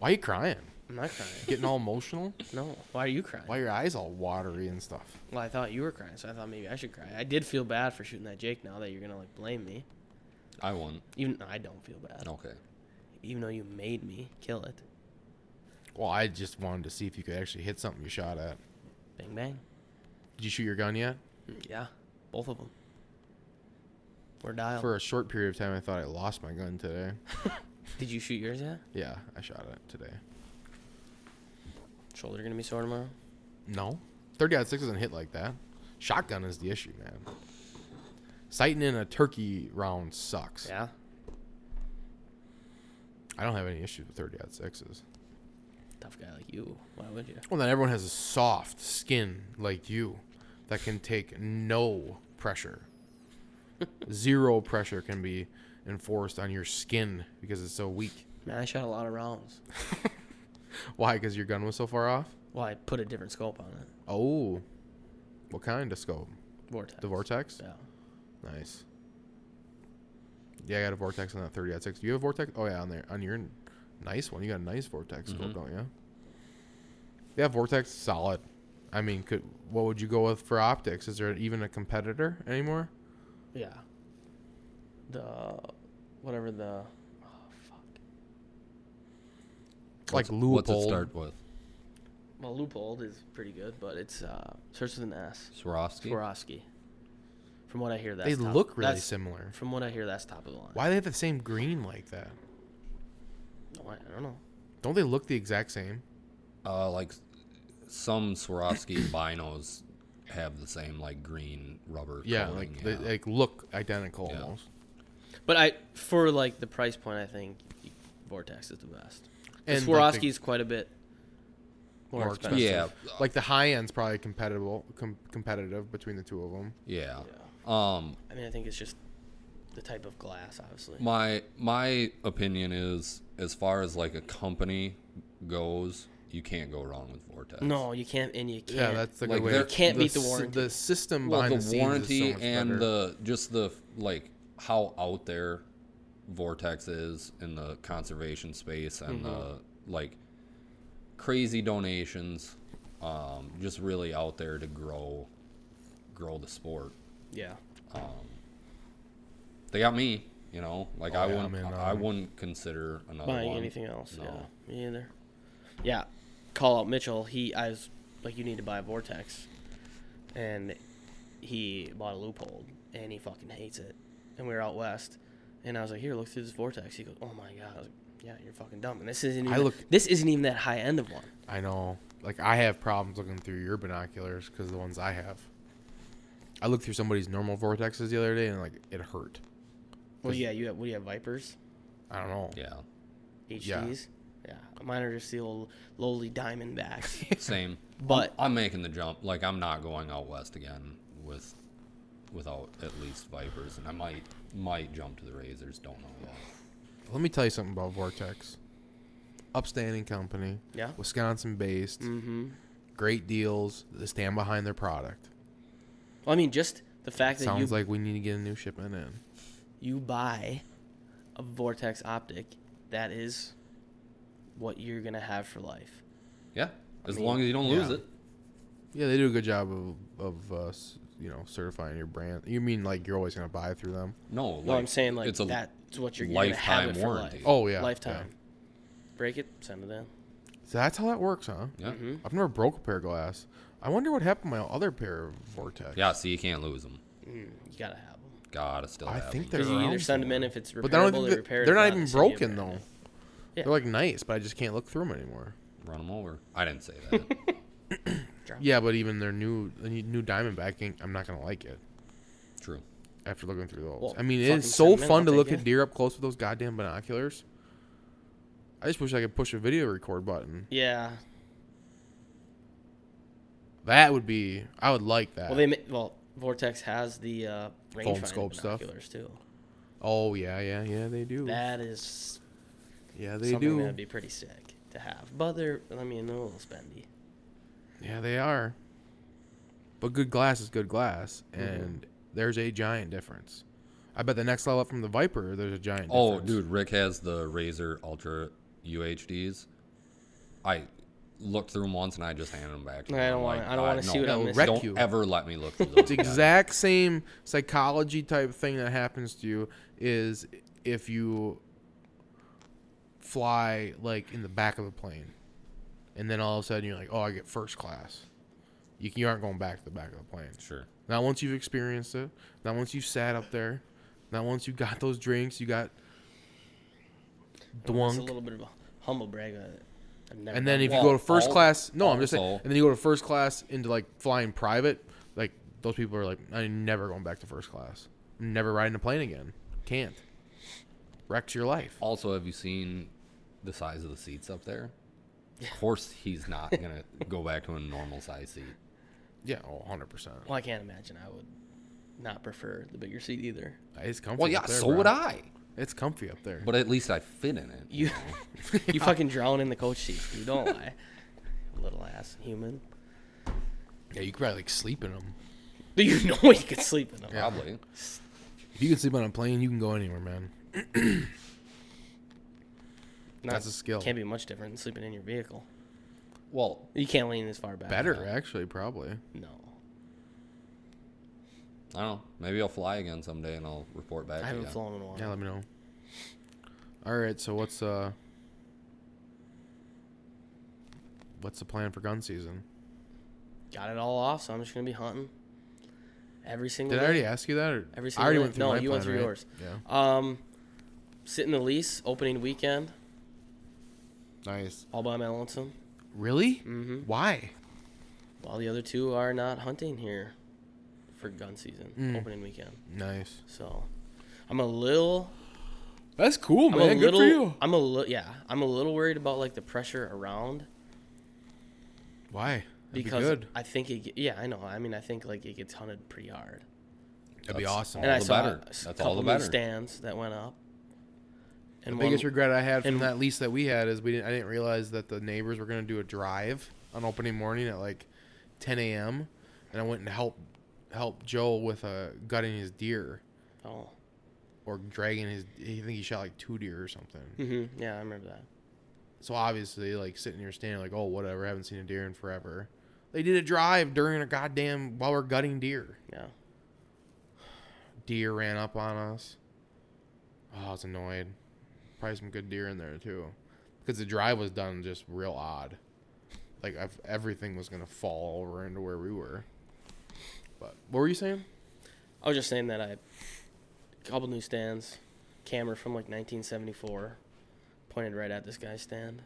A: why are you crying?
C: I'm not crying.
A: Getting all emotional?
C: No. Why are you crying?
A: Why are your eyes all watery and stuff?
C: Well, I thought you were crying, so I thought maybe I should cry. I did feel bad for shooting that Jake. Now that you're gonna like blame me,
B: I won.
C: even no, I don't feel bad.
B: Okay.
C: Even though you made me kill it,
A: Well, I just wanted to see if you could actually hit something you shot at.
C: bang bang.
A: Did you shoot your gun yet?
C: Yeah, both of them. We're dialed.
A: For a short period of time, I thought I lost my gun today.
C: Did you shoot yours yet?
A: Yeah, I shot it today.
C: Shoulder gonna be sore tomorrow.
A: No. 30 out 6 doesn't hit like that. Shotgun is the issue, man. Sighting in a turkey round sucks.
C: Yeah.
A: I don't have any issues with 30 out 6s.
C: Tough guy like you. Why would you?
A: Well, then everyone has a soft skin like you that can take no pressure. Zero pressure can be enforced on your skin because it's so weak.
C: Man, I shot a lot of rounds.
A: Why? Because your gun was so far off?
C: Well, I put a different scope on it.
A: Oh. What kind of scope?
C: Vortex.
A: The vortex?
C: Yeah.
A: Nice. Yeah, I got a vortex on that thirty out six. Do you
B: Mm-hmm.
A: have a vortex? Oh yeah, on there on your nice one. You got a nice vortex scope, don't you? Yeah, Vortex solid. I mean, could what would you go with for optics? Is there even a competitor anymore?
C: Yeah. The whatever the oh, fuck.
A: Like
B: What's it
A: Leupold.
B: start with?
C: Well, Loopold is pretty good, but it's uh starts with an S.
B: Swarovski.
C: Swarovski. From what I hear, that's
A: They
C: top-
A: look really
C: that's-
A: similar.
C: From what I hear, that's top of the line.
A: Why they have the same green like that?
C: No, I I don't know.
A: Don't they look the exact same?
B: Uh, like some Swarovski binos have the same like green rubber.
A: Yeah,
B: coating,
A: like
B: yeah.
A: they like look identical
B: Yeah.
A: almost.
C: But I for like the price point, I think Vortex is the best.
A: And,
C: And
A: like,
C: Swarovski
A: the-
C: is quite a bit more,
A: More
C: expensive.
B: yeah,
A: Like the high end's probably compatible, com- competitive between the two of them.
B: yeah. Um,
C: I mean, I think it's just the type of glass, obviously.
B: my my opinion is as far as like a company goes, you can't go wrong with Vortex.
C: No, you can't, and you can't.
A: Yeah, that's the
B: Like,
A: good way.
B: they're-
A: to-
C: Can't beat the
A: s-
C: warranty.
A: The system
B: well,
A: behind
B: the,
A: the, scenes
B: warranty
A: is so much
B: and
A: better.
B: the just the like how out there vortex is in the conservation space and
A: Mm-hmm.
B: the like crazy donations um, just really out there to grow grow the sport
C: yeah.
B: they got me you know like i
A: yeah,
B: wouldn't
A: man,
B: I, I
A: um,
B: wouldn't consider another
C: Buying
B: one.
C: anything else?
B: No.
C: Yeah, me either. Yeah, call out Mitchell. He, I was like, you need to buy a Vortex, and he bought a loophole, and he fucking hates it. And we were out west, and I was like, here, look through this Vortex. He goes, oh my god. I was like, yeah, you're fucking dumb. And this isn't even.
A: I look-
C: this isn't even that high end of one.
A: I know. Like I have problems looking through your binoculars because the ones I have. I looked through somebody's normal vortexes the other day and like it hurt.
C: Well, yeah, you have. What do you have? Vipers,
A: I don't know.
B: yeah
C: HDs. Yeah, mine are just the old lowly diamondbacks.
B: same
C: But-
B: I'm, I'm making the jump like i'm not going out west again with without at least vipers and i might might jump to the razors don't know yet
A: Let me tell you something about Vortex. Upstanding company.
C: Yeah.
A: Wisconsin based.
C: mm-hmm.
A: Great deals. They stand behind their product.
C: Well, I mean, just the fact that you
A: Sounds like we need to get a new shipment in.
C: you buy a vortex optic that is what you're gonna have for life
B: Yeah, as long as you don't lose
A: yeah.
B: it.
A: Yeah, they do a good job of of uh, s- you know certifying your brand. You mean like you're always gonna buy through them?
B: No, like,
C: no i'm saying like
B: it's a
C: that's what you're, you're gonna have it
B: lifetime
C: for
B: warranty.
C: life.
A: Oh yeah.
C: lifetime break it send it in
A: yeah. So that's how that works, huh?
B: yeah.
C: Mm-hmm.
A: I've never broke a pair of glass. I wonder what happened to my other pair of Vortex.
B: yeah. See, you can't lose them.
C: you gotta have them
B: Gotta still.
A: I
B: have
A: think
B: them.
A: they're
C: because you either
A: around
C: send them in
A: somewhere.
C: if it's repairable
A: But I don't
C: or
A: think that-
C: repair it,
A: they're,
C: if
A: not
C: they
A: even
C: send you a
A: broken
C: brand
A: though.
C: new. Yeah.
A: They're like nice, but I just can't look through them anymore.
B: run them over. I didn't say that.
A: Yeah, but even their new the new Diamondback ink, I'm not gonna like it
B: True.
A: after looking through those.
C: Well,
A: I mean, it
C: fucking
A: is so
C: send 'em in,
A: fun
C: I'll
A: to
C: take
A: look
C: it.
A: at deer up close with those goddamn binoculars. I just wish I could push a video record button.
C: yeah
A: That would be, I would like that.
C: well they ma- well vortex has the uh rangefinder
A: scope stuff.
C: binoculars too
A: oh yeah, yeah, yeah, they do.
C: that is
A: yeah, they
C: something
A: do.
C: that'd be pretty sick to have but they're i mean they're a little spendy
A: Yeah, they are. But good glass is good glass,
B: Mm-hmm.
A: and there's a giant difference. I bet the next level up from the Viper, there's a giant.
B: Oh,
A: difference.
B: dude, Rick has the Razor Ultra UHDs. I looked through them once and I just handed them back. To
C: I
B: him.
C: don't
B: I'm
C: wanna-
B: like,
C: I don't wanna see
B: no,
C: what I'm
B: don't
A: missing."
B: Don't
A: Wreck you.
B: ever let me look through those.
A: It's the exact same psychology type thing that happens to you is if you fly like in the back of a plane, and then all of a sudden you're like, "Oh, I get first class." You, you aren't going back to the back of the plane.
B: Sure.
A: Not once you've experienced it. Not once you sat up there. Not once you got those drinks. You got
C: Well, That's a
A: dwunk.
C: little bit of a humble brag. uh, I've never
A: And then
C: done
A: if
C: that.
A: you go to first
B: all-
A: class, no, I'm just saying.
B: also-
A: And then you go to first class into like flying private, like those people are like, I'm never going back to first class. I'm never riding a plane again. Can't. Wrecks your life.
B: Also, have you seen the size of the seats up there? Of course, he's not gonna go back to a normal size seat.
A: Yeah, oh, 100%.
C: well, I can't imagine I would not prefer the bigger seat either.
A: It's comfy.
B: Well, yeah,
A: up there,
B: so
A: bro.
B: would I.
A: It's comfy up there.
B: But at least I fit in it.
C: You, you fucking drown in the coach seat. You don't lie, little ass human.
A: yeah, you could probably like sleep in them.
C: Do you know you could sleep in them?
B: Probably.
A: If you can sleep on a plane, you can go anywhere, man.
C: Not-
A: That's a skill.
C: Can't be much different than sleeping in your vehicle.
B: Well,
C: You can't lean as far back.
A: Better, actually, probably.
C: No.
B: I don't know. Maybe I'll fly again someday and I'll report back.
C: I
B: to
C: haven't
B: ya.
C: flown in a while.
A: Yeah, let me know. All right, so what's uh, what's the plan for gun season?
C: Got it all off, so I'm just gonna be hunting every single.
A: Did I
C: day.
A: already ask you that? Or
C: Every
A: I
C: single
A: already
C: day.
A: went through
C: No,
A: my
C: you went
A: plan,
C: through
A: right?
C: yours.
A: Yeah,
C: Um, sitting the lease opening weekend
A: nice.
C: all by my lonesome.
A: Really? Mm-hmm. Why?
C: While the other two are not hunting here for gun season
A: Mm.
C: opening weekend.
A: Nice.
C: So I'm a little
A: That's cool,
C: I'm
A: Oh, man.
C: a
A: Good
C: little
A: for you.
C: I'm a little yeah, I'm a little worried about like the pressure around
A: Why? That'd
C: because
A: be good.
C: I think it ge- yeah, I know. I mean, I think like it gets hunted pretty hard.
A: That'd be
B: That's
A: awesome.
B: all
C: and I
B: the
C: saw
B: better.
C: a s-
B: That's all
C: couple
B: the
C: new
B: better.
C: stands that went up.
A: The
C: And
A: biggest
C: one,
A: regret I had from
C: and-
A: that lease that we had is we didn't. I didn't realize that the neighbors were gonna do a drive on opening morning at like 10 a.m. and I went and helped help Joel with uh, gutting his deer
C: oh,
A: or dragging his. I think he shot like two deer or something.
C: hmm yeah, I remember that.
A: So obviously, like sitting here standing like, oh whatever, I haven't seen a deer in forever. They did a drive during a goddamn while we're gutting deer.
C: Yeah,
A: Deer ran up on us. Oh, I was annoyed. Probably some good deer in there too, because the drive was done just real odd. Like i everything was gonna fall over into where we were. But what were you saying?
C: I was just saying that I couple new stands, camera from like 1974, pointed right at this guy's stand.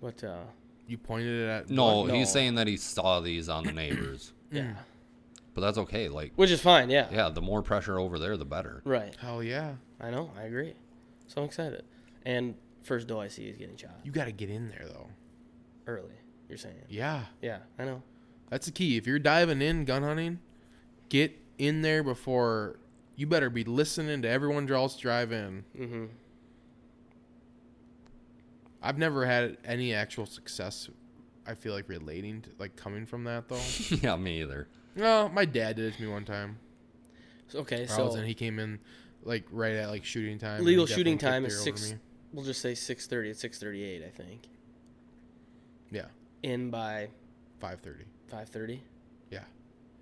C: But uh,
A: You pointed it at
B: No,
A: Doug?
B: he's saying that he saw these on the neighbors,
C: yeah,
B: but that's okay. Like,
C: which is fine. Yeah,
B: yeah, the more pressure over there, the better.
C: right.
A: Hell yeah!
C: I know. I agree. So I'm excited. And first doe I see is getting shot
A: You got to get in there though.
C: early. You're saying?
A: Yeah.
C: Yeah, I know.
A: That's the key. If you're diving in gun hunting, get in there before you better be listening to everyone else drive in. Mm-hmm. I've never had any actual success. I feel like relating to like coming from that though.
B: yeah, me either.
A: no, my dad did it to me one time.
C: So, okay,
A: So I was
C: so
A: in, he came in like right at like shooting time. and he
C: legal
A: definitely
C: shooting
A: kicked
C: time is
A: deer over
C: six.
A: me.
C: We'll just say 6:30 at 6:38, I think.
A: Yeah,
C: In by
A: five thirty.
C: 5:30.
A: Yeah.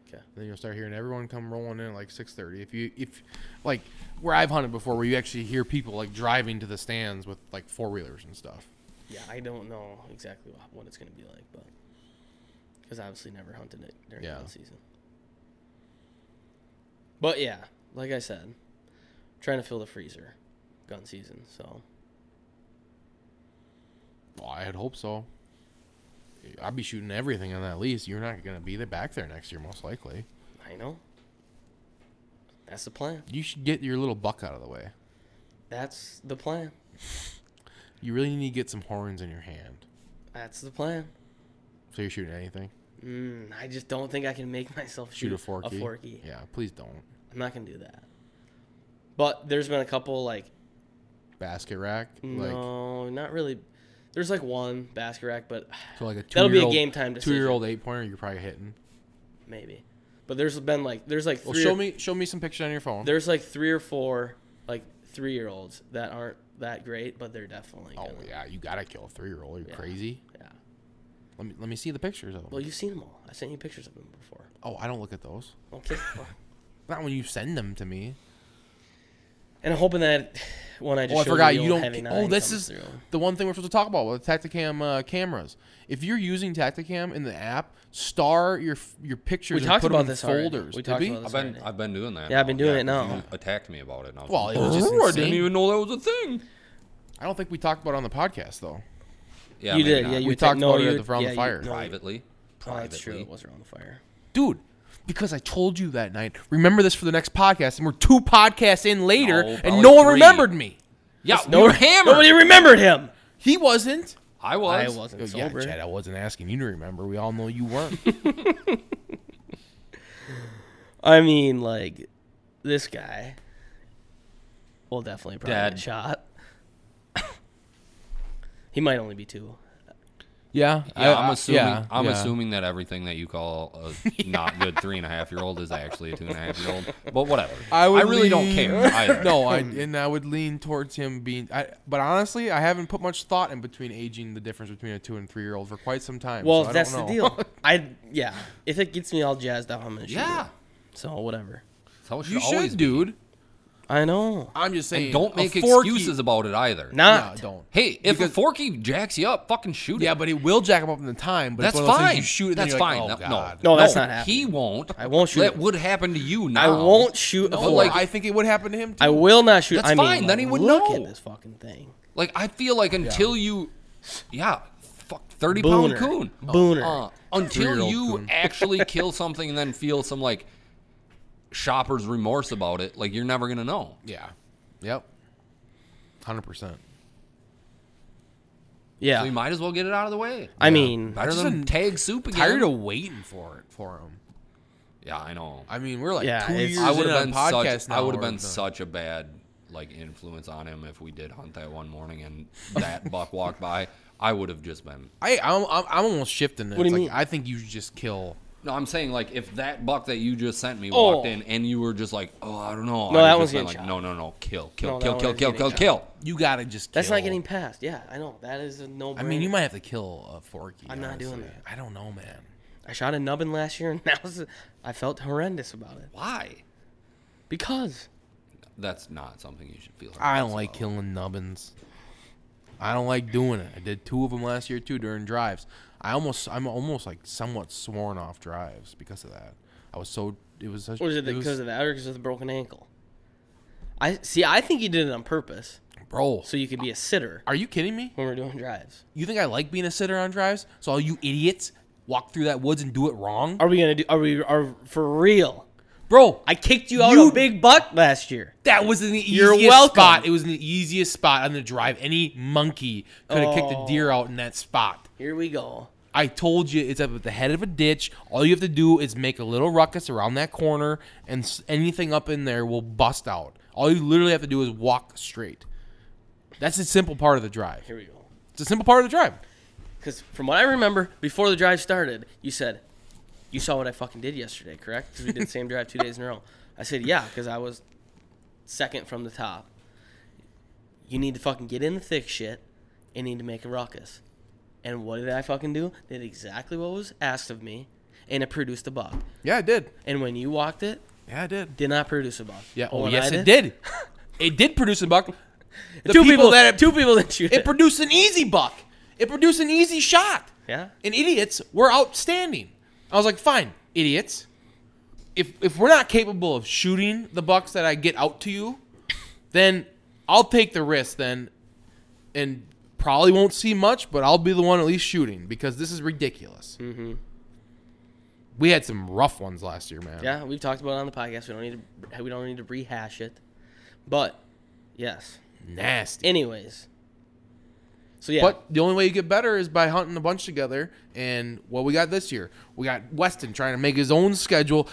C: Okay.
A: Then you'll start hearing everyone come rolling in at like six thirty. If you if like where I've hunted before, where you actually hear people like driving to the stands with like four wheelers and stuff.
C: Yeah, I don't know exactly wha- what it's going to be like, but because I obviously never hunted it during
A: Yeah.
C: hunt season. But yeah, like I said, trying to fill the freezer, gun season. So
A: Well, I had hoped so. I'd be shooting everything on that lease. You're not gonna be there back there next year, most likely.
C: I know that's the plan.
A: You should get your little buck out of the way.
C: That's the plan.
A: You really need to get some horns in your hand.
C: That's the plan.
A: So you're shooting anything?
C: Mm, I just don't think I can make myself
A: Shoot
C: shoot,
A: a forky.
C: Mm, A forky.
A: Yeah, please don't.
C: I'm not gonna do that. But there's been a couple like
A: Basket rack. Like
C: no, not really. There's like one basket rack, but
A: so like a two
C: That'll be a
A: year old,
C: game time decision.
A: Two year old eight pointer you're probably hitting.
C: maybe. But there's been like there's like three.
A: Well show
C: or,
A: me show me some pictures on your phone.
C: There's like three or four like three year olds that aren't that great, but they're definitely.
A: Oh
C: gonna-
A: yeah, you gotta kill a three year old. You're
C: Yeah.
A: crazy.
C: Yeah.
A: Let me let me see the pictures of them.
C: Well, you've seen them all. I sent you pictures of them before.
A: oh, I don't look at those.
C: Okay. well,
A: Not when you send them to me.
C: and I'm hoping that when I just.
A: Oh, I
C: showed
A: forgot
C: the
A: you
C: old
A: don't.
C: Heavy
A: ca-
C: Nine
A: Oh, this is
C: comes through.
A: the one thing we're supposed to talk about with Tacticam uh, cameras. If you're using Tacticam in the app, star your f- your pictures.
C: We
A: and
C: talked
A: put 'em
C: about
A: in
C: this already.
A: folders.
C: We
A: did
C: talked
A: we?
C: about this.
B: I've been,
C: Saturday.
B: I've been doing that.
C: Yeah, I've been doing it
B: 'cause
C: now.
B: You attacked me about it. And I was
A: Well,
B: like,
A: it was just
B: "Brrr, I
A: insane.
B: didn't even know that was a thing.
A: I don't think we talked about it on the podcast though.
B: Yeah,
C: you
B: maybe
C: did,
B: not.
C: yeah. You
A: We
C: ta-
A: talked
C: no,
A: about it
C: you
A: at the Round
C: yeah,
A: the
C: you-
A: Fire.
C: no, you-
B: privately.
C: Oh,
B: Privately.
C: that's true. It was around the fire.
A: dude. Because I told you that night. Remember this for the next podcast, and we're two podcasts in later,
B: No,
A: and
B: probably
A: no one
B: three.
A: remembered me.
B: Yeah, we were hammered.
C: Nobody remembered him.
A: He wasn't.
B: I was.
C: I wasn't
A: Oh,
C: sober.
A: Yeah, Chad, I wasn't asking you to remember. We all know you weren't.
C: I mean, like, this guy will definitely probably
B: Dad.
C: get shot. he might only be two.
A: Yeah,
B: I, I'm
A: I-
B: assuming
A: yeah,
B: I'm
A: yeah.
B: assuming that everything that you call a not good three and a half year old is actually a two and a half year old. But whatever. I,
A: would
B: really don't
A: lean-
B: care. Either. Hmm.
A: no, I and I would lean towards him being. I, but honestly, I haven't put much thought in between aging the difference between a two and three year old for quite some time.
C: Well,
A: so I
C: that's the
A: don't know.
C: deal. I yeah. If it gets me all jazzed up, I'm gonna shoot
B: Yeah.
C: it. So whatever.
B: That's how it
A: you
B: always
A: should,
B: be.
A: dude.
C: I know.
A: I'm just saying.
B: And don't
A: a
B: make
A: forky-
B: excuses about it either.
A: No,
C: Not.
A: don't.
B: Hey, if a forky jacks you up, fucking shoot it.
A: Yeah, but he will jack him up in the time. But
B: that's
A: it's one of those
B: fine.
A: things You shoot. And then
B: that's
A: you're
B: fine.
A: Like, oh,
B: no,
A: God.
B: no,
C: No, that's not
B: He
C: happening.
B: won't.
C: I won't shoot
B: That
C: it.
B: would happen to you now.
C: I won't shoot a
A: No,
C: fork.
A: like I think it would happen to him. Too.
C: I will not shoot.
B: That's
C: I mean,
B: fine, then he would
C: look
B: know.
C: at this fucking thing.
B: Like I feel like until you, yeah, fuck thirty pound
C: Booner.
B: coon,
C: Booner.
A: Uh-uh.
B: Uh, until
A: Three-year-old
B: you
A: coon.
B: actually kill something and then feel some like shopper's remorse about it, like you're never gonna know.
A: Yeah. Yep. Hundred percent.
C: Yeah.
B: So you might as well get it out of the way.
C: I mean,
B: Better
A: just
B: than
A: am
B: tag soup again.
A: Tired of waiting for it for him.
B: yeah, I know.
A: I mean, we're like
C: Yeah,
A: two
C: it's-
A: years
B: I
A: in
B: would have
A: on
B: been
A: podcast
B: such.
A: now.
B: I would have
A: where
B: been
A: the-
B: such a bad like influence on him if we did hunt that one morning and that buck walked by. I would have just been.
A: I, I'm, I'm, I'm almost shifting it.
C: What do you
A: It's like,
C: mean?
A: I think you should just kill.
B: No, I'm saying like if that buck that you just sent me
C: Oh.
B: walked in and you were just like, oh, I don't know.
C: No,
B: I
C: that
B: would've
C: one's
B: just been
C: getting
B: like,
C: shot.
B: No, no, no, kill, kill,
C: No, that
B: kill,
C: one
B: kill,
C: is
B: kill, kill,
C: getting
B: kill.
A: You gotta just.
C: that's
A: kill.
C: not getting passed. Yeah, I know. That is a no.
A: I mean, you might have to kill a forky.
C: I'm not doing
A: honestly. I don't know, man.
C: I shot a nubbin last year, and that was. I felt horrendous about it
B: Why?
C: because
B: That's not something you should feel.
A: I
B: embarrassed
A: don't like
B: about.
A: killing nubbins. I don't like doing it. I did two of them last year too during drives. I almost, I'm almost like somewhat sworn off drives because of that. I was so it was. Such,
C: was it
A: was-
C: because of that or because of the broken ankle? I see. I think you did it on purpose
A: bro?
C: so you could be a sitter
A: Are you kidding me?
C: when we're doing drives.
A: You think I like being a sitter on drives? So all you idiots walk through that woods and do it wrong,
C: Are we gonna do? Are we? Are for real?
A: bro?
C: I kicked you out
A: You-
C: a big buck last year.
A: That was in the
C: You're
A: easiest
C: welcome.
A: spot. It was in the easiest spot on the drive. Any monkey could have kicked a
C: Oh.
A: deer out in that spot.
C: Here we go.
A: I told you it's up at the head of a ditch. All you have to do is make a little ruckus around that corner, and s- anything up in there will bust out. All you literally have to do is walk straight. That's a simple part of the drive.
C: Here we go.
A: It's a simple part of the drive.
C: Because from what I remember, before the drive started, you said, "You saw what I fucking did yesterday, correct?" Because we did the same drive two days in a row. I said, "Yeah," because I was second from the top. You need to fucking get in the thick shit and need to make a ruckus. And what did I fucking do? Did exactly what was asked of me, and it produced a buck.
A: Yeah, I did.
C: And when you walked it,
A: Yeah, I did.
C: did not produce a buck.
A: Yeah.
C: But
A: Oh,
C: when
A: yes,
C: I
A: it did. it did produce a buck. The
C: two people, that two people that shoot
A: it
C: it.
A: produced an easy buck. It produced an easy shot.
C: Yeah.
A: And idiots were outstanding. I was like, fine, idiots. If if we're not capable of shooting the bucks that I get out to you, then I'll take the risk then and probably won't see much, but I'll be the one at least shooting because this is ridiculous. Mm-hmm. We had some rough ones last year, man.
C: Yeah, we've talked about it on the podcast. We don't need to we don't need to rehash it. But yes.
A: Nasty.
C: Anyways. So yeah.
A: But the only way you get better is by hunting a bunch together. And what we got this year, we got Weston trying to make his own schedule.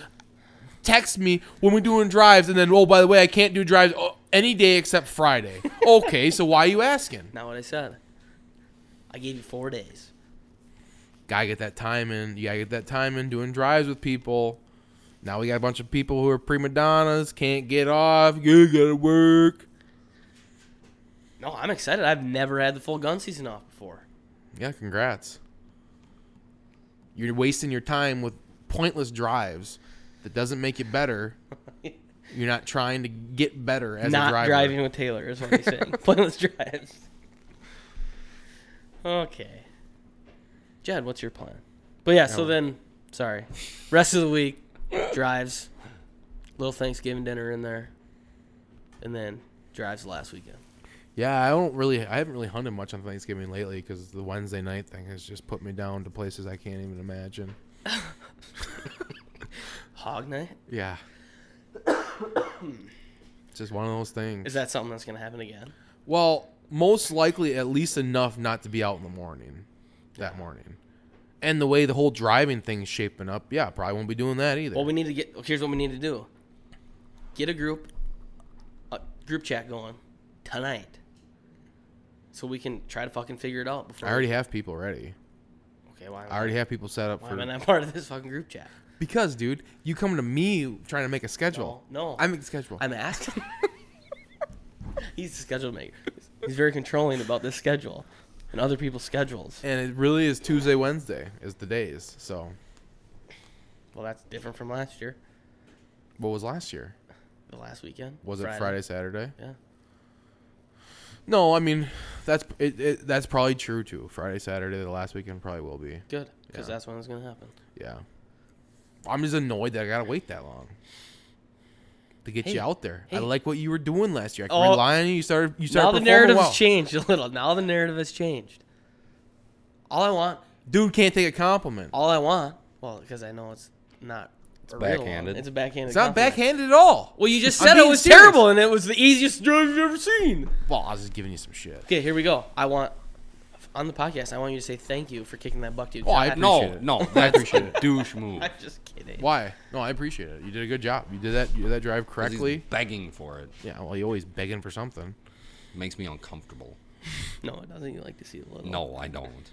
A: Text me when we're doing drives, and then oh by the way, I can't do drives oh, any day except Friday. okay, so why are you asking?
C: not what I said. I gave you four days.
A: Gotta get that time in. You gotta get that time in doing drives with people. Now we got a bunch of people who are prima donnas, can't get off. You gotta work.
C: No, I'm excited. I've never had the full gun season off before.
A: Yeah, congrats. You're wasting your time with pointless drives that doesn't make you better. You're not trying to get better as a
C: Not
A: driver.
C: driving with Taylor is what he's saying. Pointless drives. Okay. Jed, what's your plan? But yeah,
A: Oh.
C: so then sorry. Rest of the week, drives. Little Thanksgiving dinner in there. And then drives last weekend.
A: Yeah, I don't really. I haven't really hunted much on Thanksgiving lately because the Wednesday night thing has just put me down to places I can't even imagine.
C: Hog night?
A: Yeah. it's just one of those things.
C: Is that something that's gonna happen again?
A: Well, most likely at least enough not to be out in the morning that morning. And the way the whole driving thing's shaping up, yeah, probably won't be doing that either.
C: Well, we need to get. Here's what we need to do: get a group, a group chat going tonight, so we can try to fucking figure it out. Before
A: I already have people ready.
C: Okay, why? Am
A: I already have people set up
C: why
A: for
C: am I not part of this fucking group chat?
A: because, dude, you come to me trying to make a schedule.
C: No, no.
A: I make the schedule.
C: I'm asking. He's the schedule maker. He's very controlling about this schedule and other people's schedules.
A: and it really is Tuesday, Wednesday is the days. So
C: Well, that's different from last year.
A: what was last year?
C: The last weekend
A: Was it Friday, Saturday?
C: Yeah.
A: No, I mean that's it, it, that's probably true too. Friday, Saturday, the last weekend probably will be.
C: Good, because
A: Yeah.
C: that's when it's gonna happen.
A: Yeah, I'm just annoyed that I gotta wait that long to get
C: Hey,
A: you out there.
C: hey.
A: I like what you were doing last year. I
C: Oh,
A: can rely on you. You started. You started.
C: now the
A: performing
C: narrative
A: well.
C: has changed a little. Now the narrative has changed. All I want,
A: Dude can't take a compliment.
C: all I want. Well, because I know it's not. It's
B: backhanded.
C: It's a backhanded.
A: It's not
C: compliment.
A: backhanded at all.
C: Well, you just
A: I'm
C: said it
A: being
C: was
A: serious.
C: terrible, and it was the easiest drive you've ever seen.
A: Well, I was just giving you some shit.
C: Okay, here we go. I want on the podcast. I want you to say thank you for kicking that buck, dude.
A: Oh, I
C: I,
A: appreciate
B: No,
A: it.
B: no, that's appreciate a douche move.
C: I'm just kidding.
A: Why? No, I appreciate it. You did a good job. You did that. You did that drive
B: 'Cause he's
A: correctly.
B: begging for it.
A: Yeah. Well, you always begging for something.
B: Makes me uncomfortable.
C: No, it doesn't. You like to see a little.
B: No, I don't.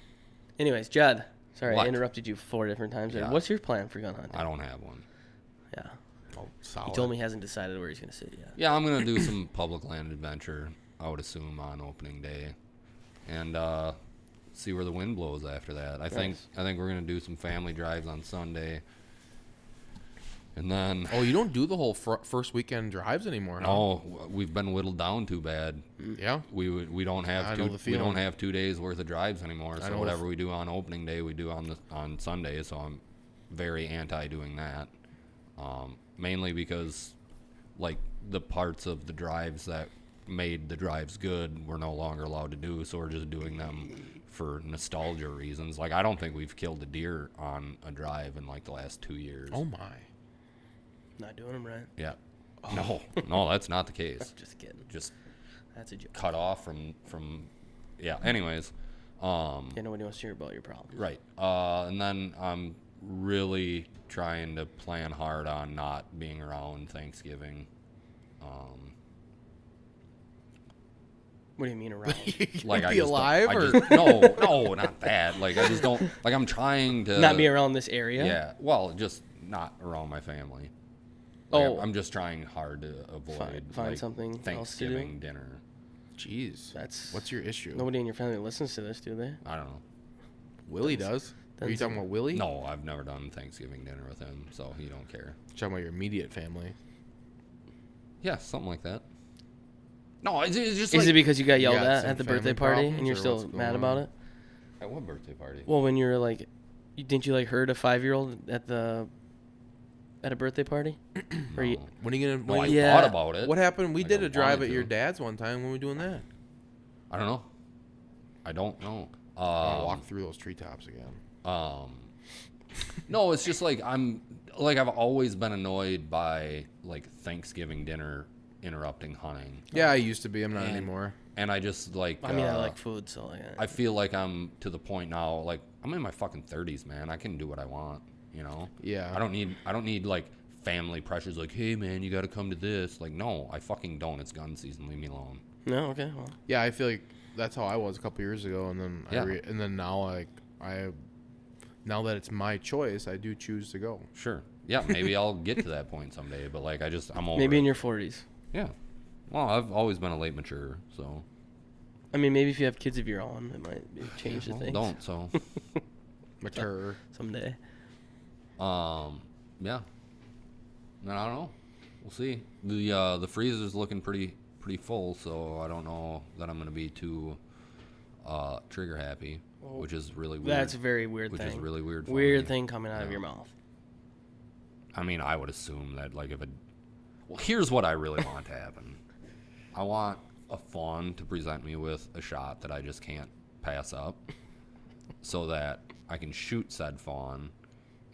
C: Anyways, Judd. Sorry,
B: What?
C: I interrupted you four different times. there.
B: Yeah.
C: What's your plan for gun hunting?
B: I don't have one.
C: Yeah,
A: Oh, solid.
C: he told me he hasn't decided where he's gonna sit yet.
B: Yeah, I'm gonna do some public land adventure. I would assume on opening day, and uh, see where the wind blows after that. I think I think we're gonna do some family drives on Sunday, and then
A: Oh, you don't do the whole fir- first weekend drives anymore. huh?
B: oh, we've been whittled down too bad.
A: Yeah.
B: We would- we don't
A: I
B: have
A: know
B: two,
A: the
B: we don't
A: feeling.
B: have two days worth of drives anymore.
A: I
B: So
A: know
B: whatever
A: the-
B: we do on opening day, we do on the on Sunday. So I'm very anti doing that, um, mainly because like the parts of the drives that made the drives good we're no longer allowed to do. So we're just doing them for nostalgia reasons. Like I don't think we've killed a deer on a drive in like the last two years.
A: Oh my.
C: Not doing him right.
B: Yeah.
A: Oh.
B: No, no, that's not the case.
C: Just kidding.
B: Just
C: That's a joke.
B: cut off from from yeah anyways um
C: Yeah, nobody wants to hear about your problem.
B: right uh and then i'm really trying to plan hard on not being around thanksgiving um
C: What do you mean around?
B: like I
A: be
B: just don't-
A: alive
B: I
A: or
B: just- no no not that like i just don't like i'm trying to
C: Not be around this area.
B: Uh, yeah well just not around my family Like, I'm-
C: Oh.
B: i'm just trying hard to avoid
C: Find- find
B: like,
C: something else to do?
B: thanksgiving dinner
A: jeez.
C: That's-
A: what's your issue?
C: Nobody in your family listens to this, do they?
B: i don't know
A: Willie does. Are you
C: that's-
A: talking about Willie?
B: no i've never done thanksgiving dinner with him so he don't care
A: You're talking about your immediate family.
B: Yeah, something like that. No, it's, it's just
C: Is
B: like
C: it because you got yelled
A: got
C: at
A: some
C: at the birthday
A: family
C: party
A: problems
C: and you're
A: or
C: still
A: what's
C: mad
A: going
C: about
A: on?
C: it?
B: at what birthday party?
C: Well, when you were like, you- didn't you like hurt a five year old at the at a birthday party? Or you,
B: No.
A: When are you gonna?
B: No, I
A: When
C: Yeah.
B: thought about it.
A: What happened? We
B: Like,
A: did
B: I
A: a drive
B: wanted
A: at your
B: to. Um,
A: dad's one time. When we doing that?
B: I don't know. I don't know.
A: I wanna
B: Um,
A: walk through those treetops again.
B: um, no, it's just like I'm like I've always been annoyed by like Thanksgiving dinner interrupting hunting,
A: Yeah, I used to be. I'm not
B: and-
A: anymore.
B: and I just like
C: I mean, I
B: uh,
C: like food, so like,
B: I feel like I'm to the point now. Like I'm in my fucking thirties, man. I can do what I want. You know.
A: Yeah.
B: I don't need. I don't need like family pressures. Like, hey, man, you got to come to this. Like, no, I fucking don't. It's gun season. Leave me alone.
C: no, okay, well,
A: Yeah, I feel like that's how I was a couple years ago, and then
B: Yeah.
A: I re- and then now like I now that it's my choice, I do choose to go.
B: Sure. Yeah. Maybe I'll get to that point someday. But like, I just I'm over.
C: maybe in
B: it.
C: your forties.
B: yeah. Well, I've always been a late mature, so
C: I mean, maybe if you have kids of your own, it might change the
B: well,
C: things
B: don't. So,
A: Mature.
C: someday.
B: um, yeah. Then I don't know. We'll see. the uh, The freezer's looking pretty pretty full, so I don't know that I'm gonna be too uh, trigger happy, which is really weird.
C: That's a very weird
B: Which
C: thing.
B: is really weird for
C: Weird
B: me.
C: thing coming out of
B: Yeah.
C: your mouth.
B: I mean, I would assume that like if a well, here's what I really want to happen. I want a fawn to present me with a shot that I just can't pass up, so that I can shoot said fawn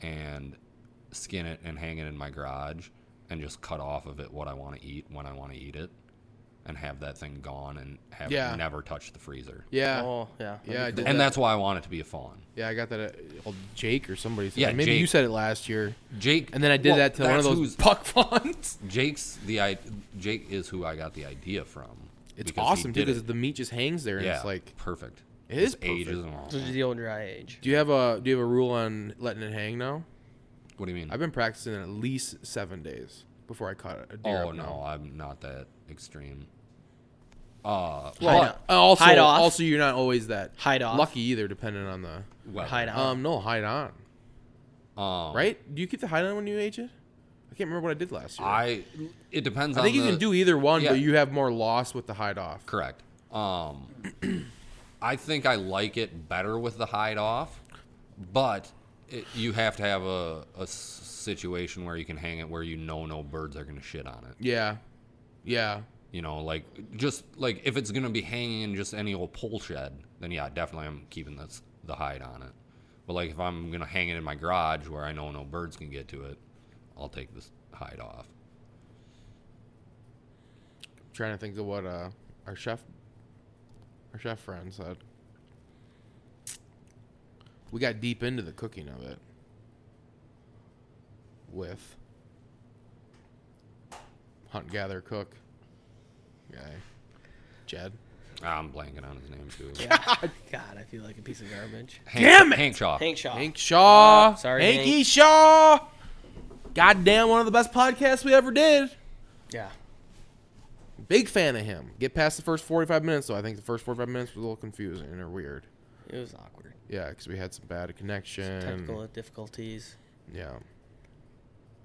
B: and skin it and hang it in my garage and just cut off of it what I want to eat when I want to eat it, and have that thing gone and have
A: Yeah.
B: it never touch the freezer.
A: Yeah.
C: Oh yeah. that'd
A: yeah,
C: be
A: I
C: cool.
A: did
B: And
A: that.
B: that's why I want it to be a fawn.
A: Yeah, I got that. At, well, Jake or somebody. Said
B: Yeah,
A: maybe
B: Jake.
A: you said it last year.
B: Jake
A: And then I did
B: well,
A: that to one of
B: that's
A: those
B: who's-
A: puck fonts.
B: Jake's the I, Jake is who I got the idea from.
A: It's
B: because he
A: awesome too
B: did
A: because
B: it.
A: the meat just hangs there and
B: yeah,
A: it's like
B: perfect.
A: It is
B: ages
A: perfect.
B: and all.
C: So just the old dry age.
A: Do you have a Do you have a rule on letting it hang now?
B: What do you mean?
A: I've been practicing at least seven days before I caught a deer.
B: oh
A: up
B: no,
A: now.
B: I'm not that extreme. Uh,
C: Well,
B: but-
C: off.
A: Also,
C: Hide off.
A: also, you're not always that
C: Hide off.
A: lucky either, depending on the.
B: well,
C: Hide out.
A: Um, no, hide on.
B: um,
A: Right? Do you keep the hide on when you age it? I can't remember what I did last year.
B: I. It depends.
A: I
B: on
A: think you
B: the-
A: can do either one,
B: yeah.
A: but you have more loss with the hide off.
B: Correct. Um, I think I like it better with the hide off, but it, you have to have a, a s- situation where you can hang it where you know no birds are going to shit on it.
A: Yeah, yeah,
B: You know, like just like if it's going to be hanging in just any old pole shed, then yeah, definitely I'm keeping this the hide on it. But like if I'm going to hang it in my garage where I know no birds can get to it, I'll take this hide off.
A: trying to think of what uh, our chef, our chef friend said. We got deep into the cooking of it with hunt, gather, cook guy, Jed.
B: Ah, I'm blanking on his name too.
C: God, I feel like a piece of garbage.
B: Hank, Damn it, Uh, Hank Shaw.
C: Hank Shaw.
A: Hank Shaw.
C: Uh, Ah. sorry,
A: Hanky
C: Hank.
A: Shaw. Goddamn, one of the best podcasts we ever did.
C: Yeah.
A: Big fan of him. Get past the first 45 minutes, though. I think the first 45 minutes was a little confusing or weird.
C: It was awkward.
A: Yeah, because we had some bad connection.
C: Technical difficulties.
A: Yeah.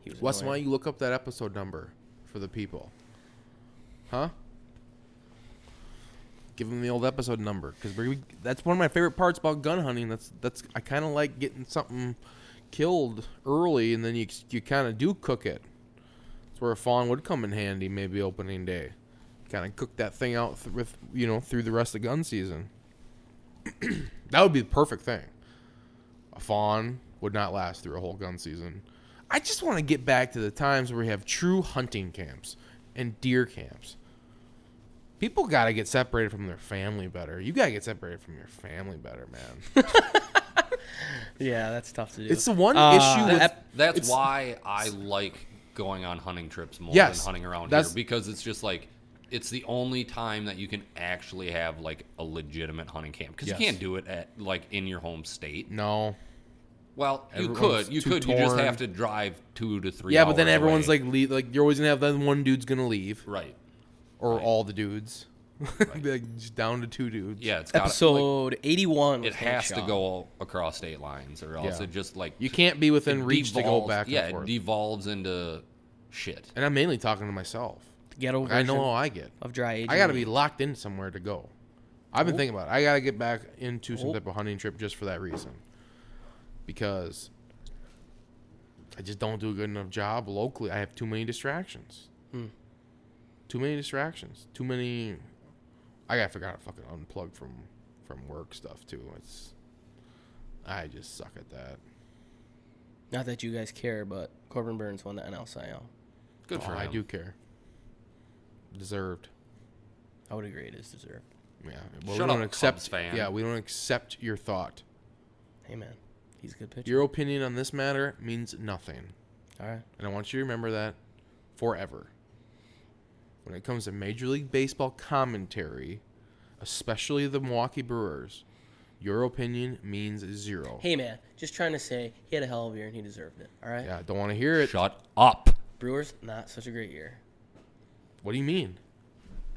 C: He was
A: Weston, why
C: annoying.
A: don't you look up that episode number for the people? Huh? Give them the old episode number because that's one of my favorite parts about gun hunting. That's that's I kind of like getting something killed early and then you you kind of do cook it. That's where a fawn would come in handy maybe opening day. Kind of cook that thing out th- with you know through the rest of gun season. that would be the perfect thing. A fawn would not last through a whole gun season. I just want to get back to the times where we have true hunting camps and deer camps. People got to get separated from their family better. You got to get separated from your family better, man.
C: Yeah, that's tough to do.
A: it's the one
C: Uh,
A: issue with
C: ep-
B: That's
A: It's-
B: why I like going on hunting trips more
A: Yes,
B: than hunting around
A: that's-
B: here because it's just like it's the only time that you can actually have like a legitimate hunting camp because
A: Yes.
B: you can't do it at like in your home state.
A: No.
B: Well, you
A: Everyone's
B: could, you
A: too
B: could, you just
A: torn.
B: have to drive two to three.
A: Yeah, but then
B: hours
A: everyone's
B: away.
A: like leave, like you're always going to have then one dude's going to leave
B: right,
A: or all the dudes. Be like just down to two dudes.
B: yeah, it's got
C: episode 81.
B: it
C: with Hank
B: has to
C: Shaw.
B: go across state lines or else
A: Yeah.
B: it just like
A: You can't be within
B: it
A: reach to go
B: devolves-
A: back and
B: Yeah,
A: forth.
B: it devolves into shit.
A: and I'm mainly talking to myself.
C: Get over.
A: I know how I get.
C: of dry age.
A: I got to be locked in somewhere to go. I've been thinking about it. I got to get back into some
C: Oh.
A: type of hunting trip just for that reason. Because I just don't do a good enough job locally. I have too many distractions. Too many distractions. Too many. I got to figure out how to fucking unplug from from work stuff too. It's I just suck at that.
C: Not that you guys care, but Corbin Burns won the NL Cy Young.
B: Good for
A: Oh,
B: him.
A: I do care. Deserved.
C: I would agree it is deserved.
A: Yeah.
B: Shut
A: Well, we
B: up,
A: don't accept.
B: Cubs fan.
A: Yeah, we don't accept your thought.
C: Amen. He's a good pitcher.
A: Your opinion on this matter means nothing.
C: All right.
A: And I want you to remember that forever. When it comes to Major League Baseball commentary, especially the Milwaukee Brewers, your opinion means zero.
C: Hey man, just trying to say he had a hell of a year and he deserved it. All right.
A: Yeah, don't want to hear it.
B: Shut up.
C: Brewers not such a great year.
A: What do you mean?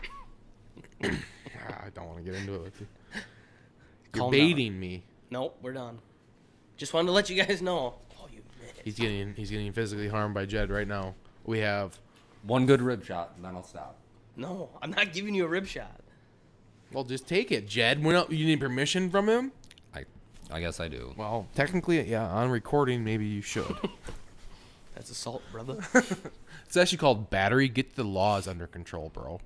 A: Ah, I don't want to get into it with you. You're
C: Calm down.
A: baiting me.
C: Nope, we're done. Just wanted to let you guys know. Oh, you. bitch.
A: He's getting he's getting physically harmed by Jed right now. We have
B: One good rib shot, and then I'll stop.
C: No, I'm not giving you a rib shot.
A: well, just take it, Jed. We're not, you need permission from him.
B: I, I guess I do.
A: Well, technically, yeah, on recording, maybe you should.
C: That's assault, brother.
A: it's actually called battery. Get the laws under control, bro.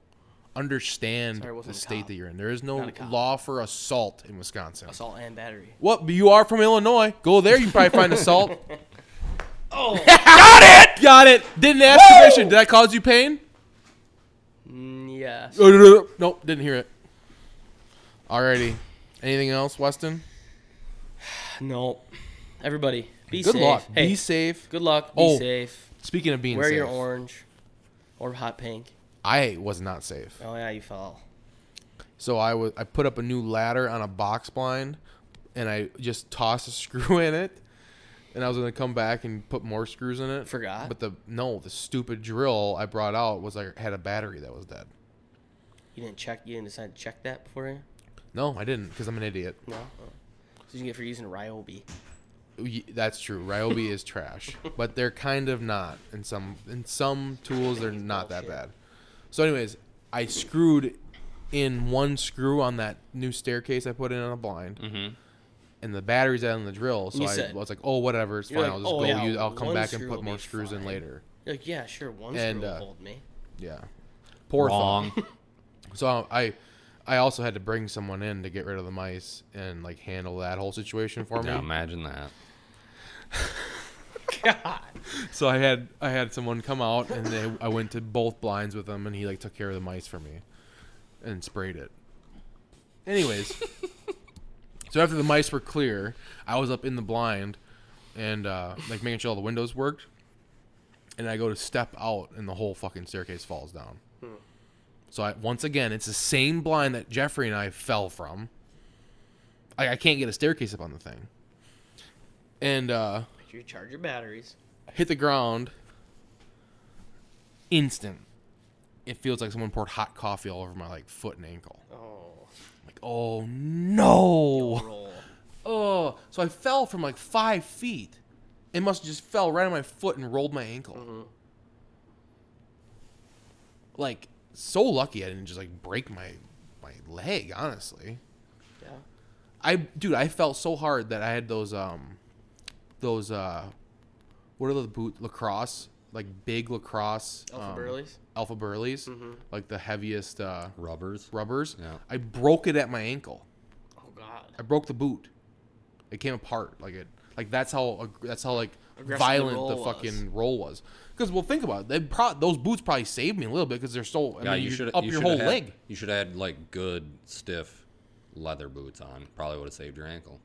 A: Understand
C: Sorry, I
A: the
C: wasn't a
A: state
C: cop.
A: that you're in. There is no
C: Not a cop.
A: law for assault in Wisconsin.
C: assault and battery.
A: What? But you are from Illinois. Go there. You can probably find assault.
C: Oh.
A: Got it. Got it. Didn't ask permission. Did I cause you pain?
C: Mm, yes.
A: nope. Didn't hear it. Alrighty. Anything else, Weston?
C: Nope. Everybody, be
A: Good
C: safe.
A: luck.
C: Hey,
A: Be safe.
C: Good luck. Be
A: Oh,
C: safe.
A: Speaking of being
C: Wear
A: safe,
C: your orange or hot pink.
A: I was not safe.
C: Oh yeah, you fell.
A: So I was I put up a new ladder on a box blind, and I just tossed a screw in it, and I was gonna come back and put more screws in it.
C: Forgot?
A: But the no, the stupid drill I brought out was like had a battery that was dead.
C: You didn't check. You didn't decide to check that before you?
A: No, I didn't because I'm an idiot.
C: No. Oh. So you can get for using Ryobi.
A: Y- That's true. Ryobi is trash, but they're kind of not. In some in some tools, they're not that
C: bullshit.
A: bad. So, anyways, I screwed in one screw on that new staircase I put in on a blind, and the battery's out on the drill. So
C: Mm-hmm. You
A: I
C: said-
A: was like, "Oh, whatever, it's
C: You're
A: fine.
C: like,
A: I'll just
C: "Oh,
A: go.
C: yeah,
A: use, I'll come
C: one
A: back and
C: screw
A: put
C: will
A: more
C: be
A: screws in
C: fine."
A: later."
C: You're like, yeah, sure. One
A: And,
C: screw
A: uh,
C: will hold me.
A: Yeah, poor
B: Wrong.
A: thing. So I, I also had to bring someone in to get rid of the mice and like handle that whole situation for me.
B: yeah, imagine that.
A: So I had I had someone come out and they, I went to both blinds with him and he like took care of the mice for me and sprayed it. Anyways, so after the mice were clear, I was up in the blind and uh, like making sure all the windows worked. And I go to step out and the whole fucking staircase falls down. So I, once again, it's the same blind that Jeffrey and I fell from. I, I can't get a staircase up on the thing. And uh
C: Make sure you charge your batteries.
A: hit the ground instant it feels like someone poured hot coffee all over my like foot and ankle
C: Oh,
A: like oh no
C: roll.
A: oh so i fell from like five feet it must have just fell right on my foot and rolled my ankle like so lucky i didn't just like break my my leg honestly
C: Yeah.
A: I dude, I felt so hard that I had those um those uh what are those boot lacrosse like big lacrosse
C: Alpha
A: um,
C: Burleys? Mm-hmm.
A: alpha burleys like the heaviest uh
B: Rubbers.
A: rubbers.
B: Yeah.
A: I broke it at my ankle.
C: Oh God.
A: I broke the boot. It came apart like it like that's how ag- that's how like
C: Aggressive the
A: violent
C: roll
A: the
C: was.
A: fucking roll was. Because well, think about it. They pro- those boots probably saved me a little bit because they're so. I
B: Yeah,
A: mean,
B: you
A: you
B: should
A: up
B: you
A: your
B: shoulda
A: whole
B: had,
A: leg.
B: You should have had like good stiff leather boots on. Probably would have saved your ankle.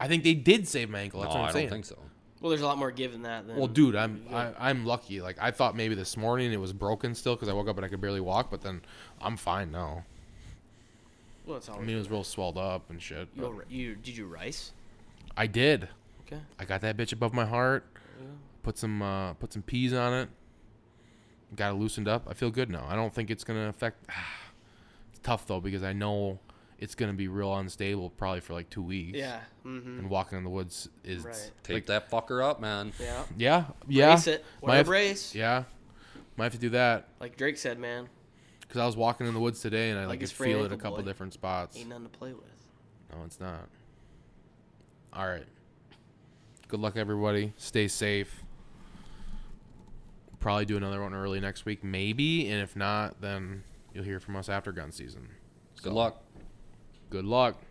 A: I think they did save my ankle. That's
B: no,
A: what I'm
B: I
A: saying.
B: don't think so.
C: Well, there's a lot more give than that. Than
A: Well, dude, I'm I, I'm lucky. Like I thought maybe this morning it was broken still because I woke up and I could barely walk, but then I'm fine now.
C: Well, it's all
A: I mean, it was real swelled up and shit. but
C: You, you did you rice?
A: I did.
C: Okay.
A: I got that bitch above my heart. Put some uh, put some peas on it. Got it loosened up. I feel good now. I don't think it's gonna affect. it's tough though because I know it's gonna be real unstable probably for like two weeks.
C: Yeah. Mm-hmm.
A: And walking in the woods is.
C: Right.
B: Tape that fucker up, man.
C: Yeah.
A: Yeah. Yeah.
C: Brace it.
A: Might
C: Wear a
A: have-
C: brace.
A: Yeah. Might have to do that.
C: Like Drake said, man,
A: Because I was walking in the woods today and I like
C: Like a
A: could
C: sprained
A: feel it a
C: ankle,
A: couple
C: boy.
A: different spots.
C: ain't nothing to play with.
A: No, it's not. All right. Good luck, everybody. Stay safe. Probably do another one early next week, maybe. And if not, then you'll hear from us after gun season.
B: Good luck.
A: Good luck.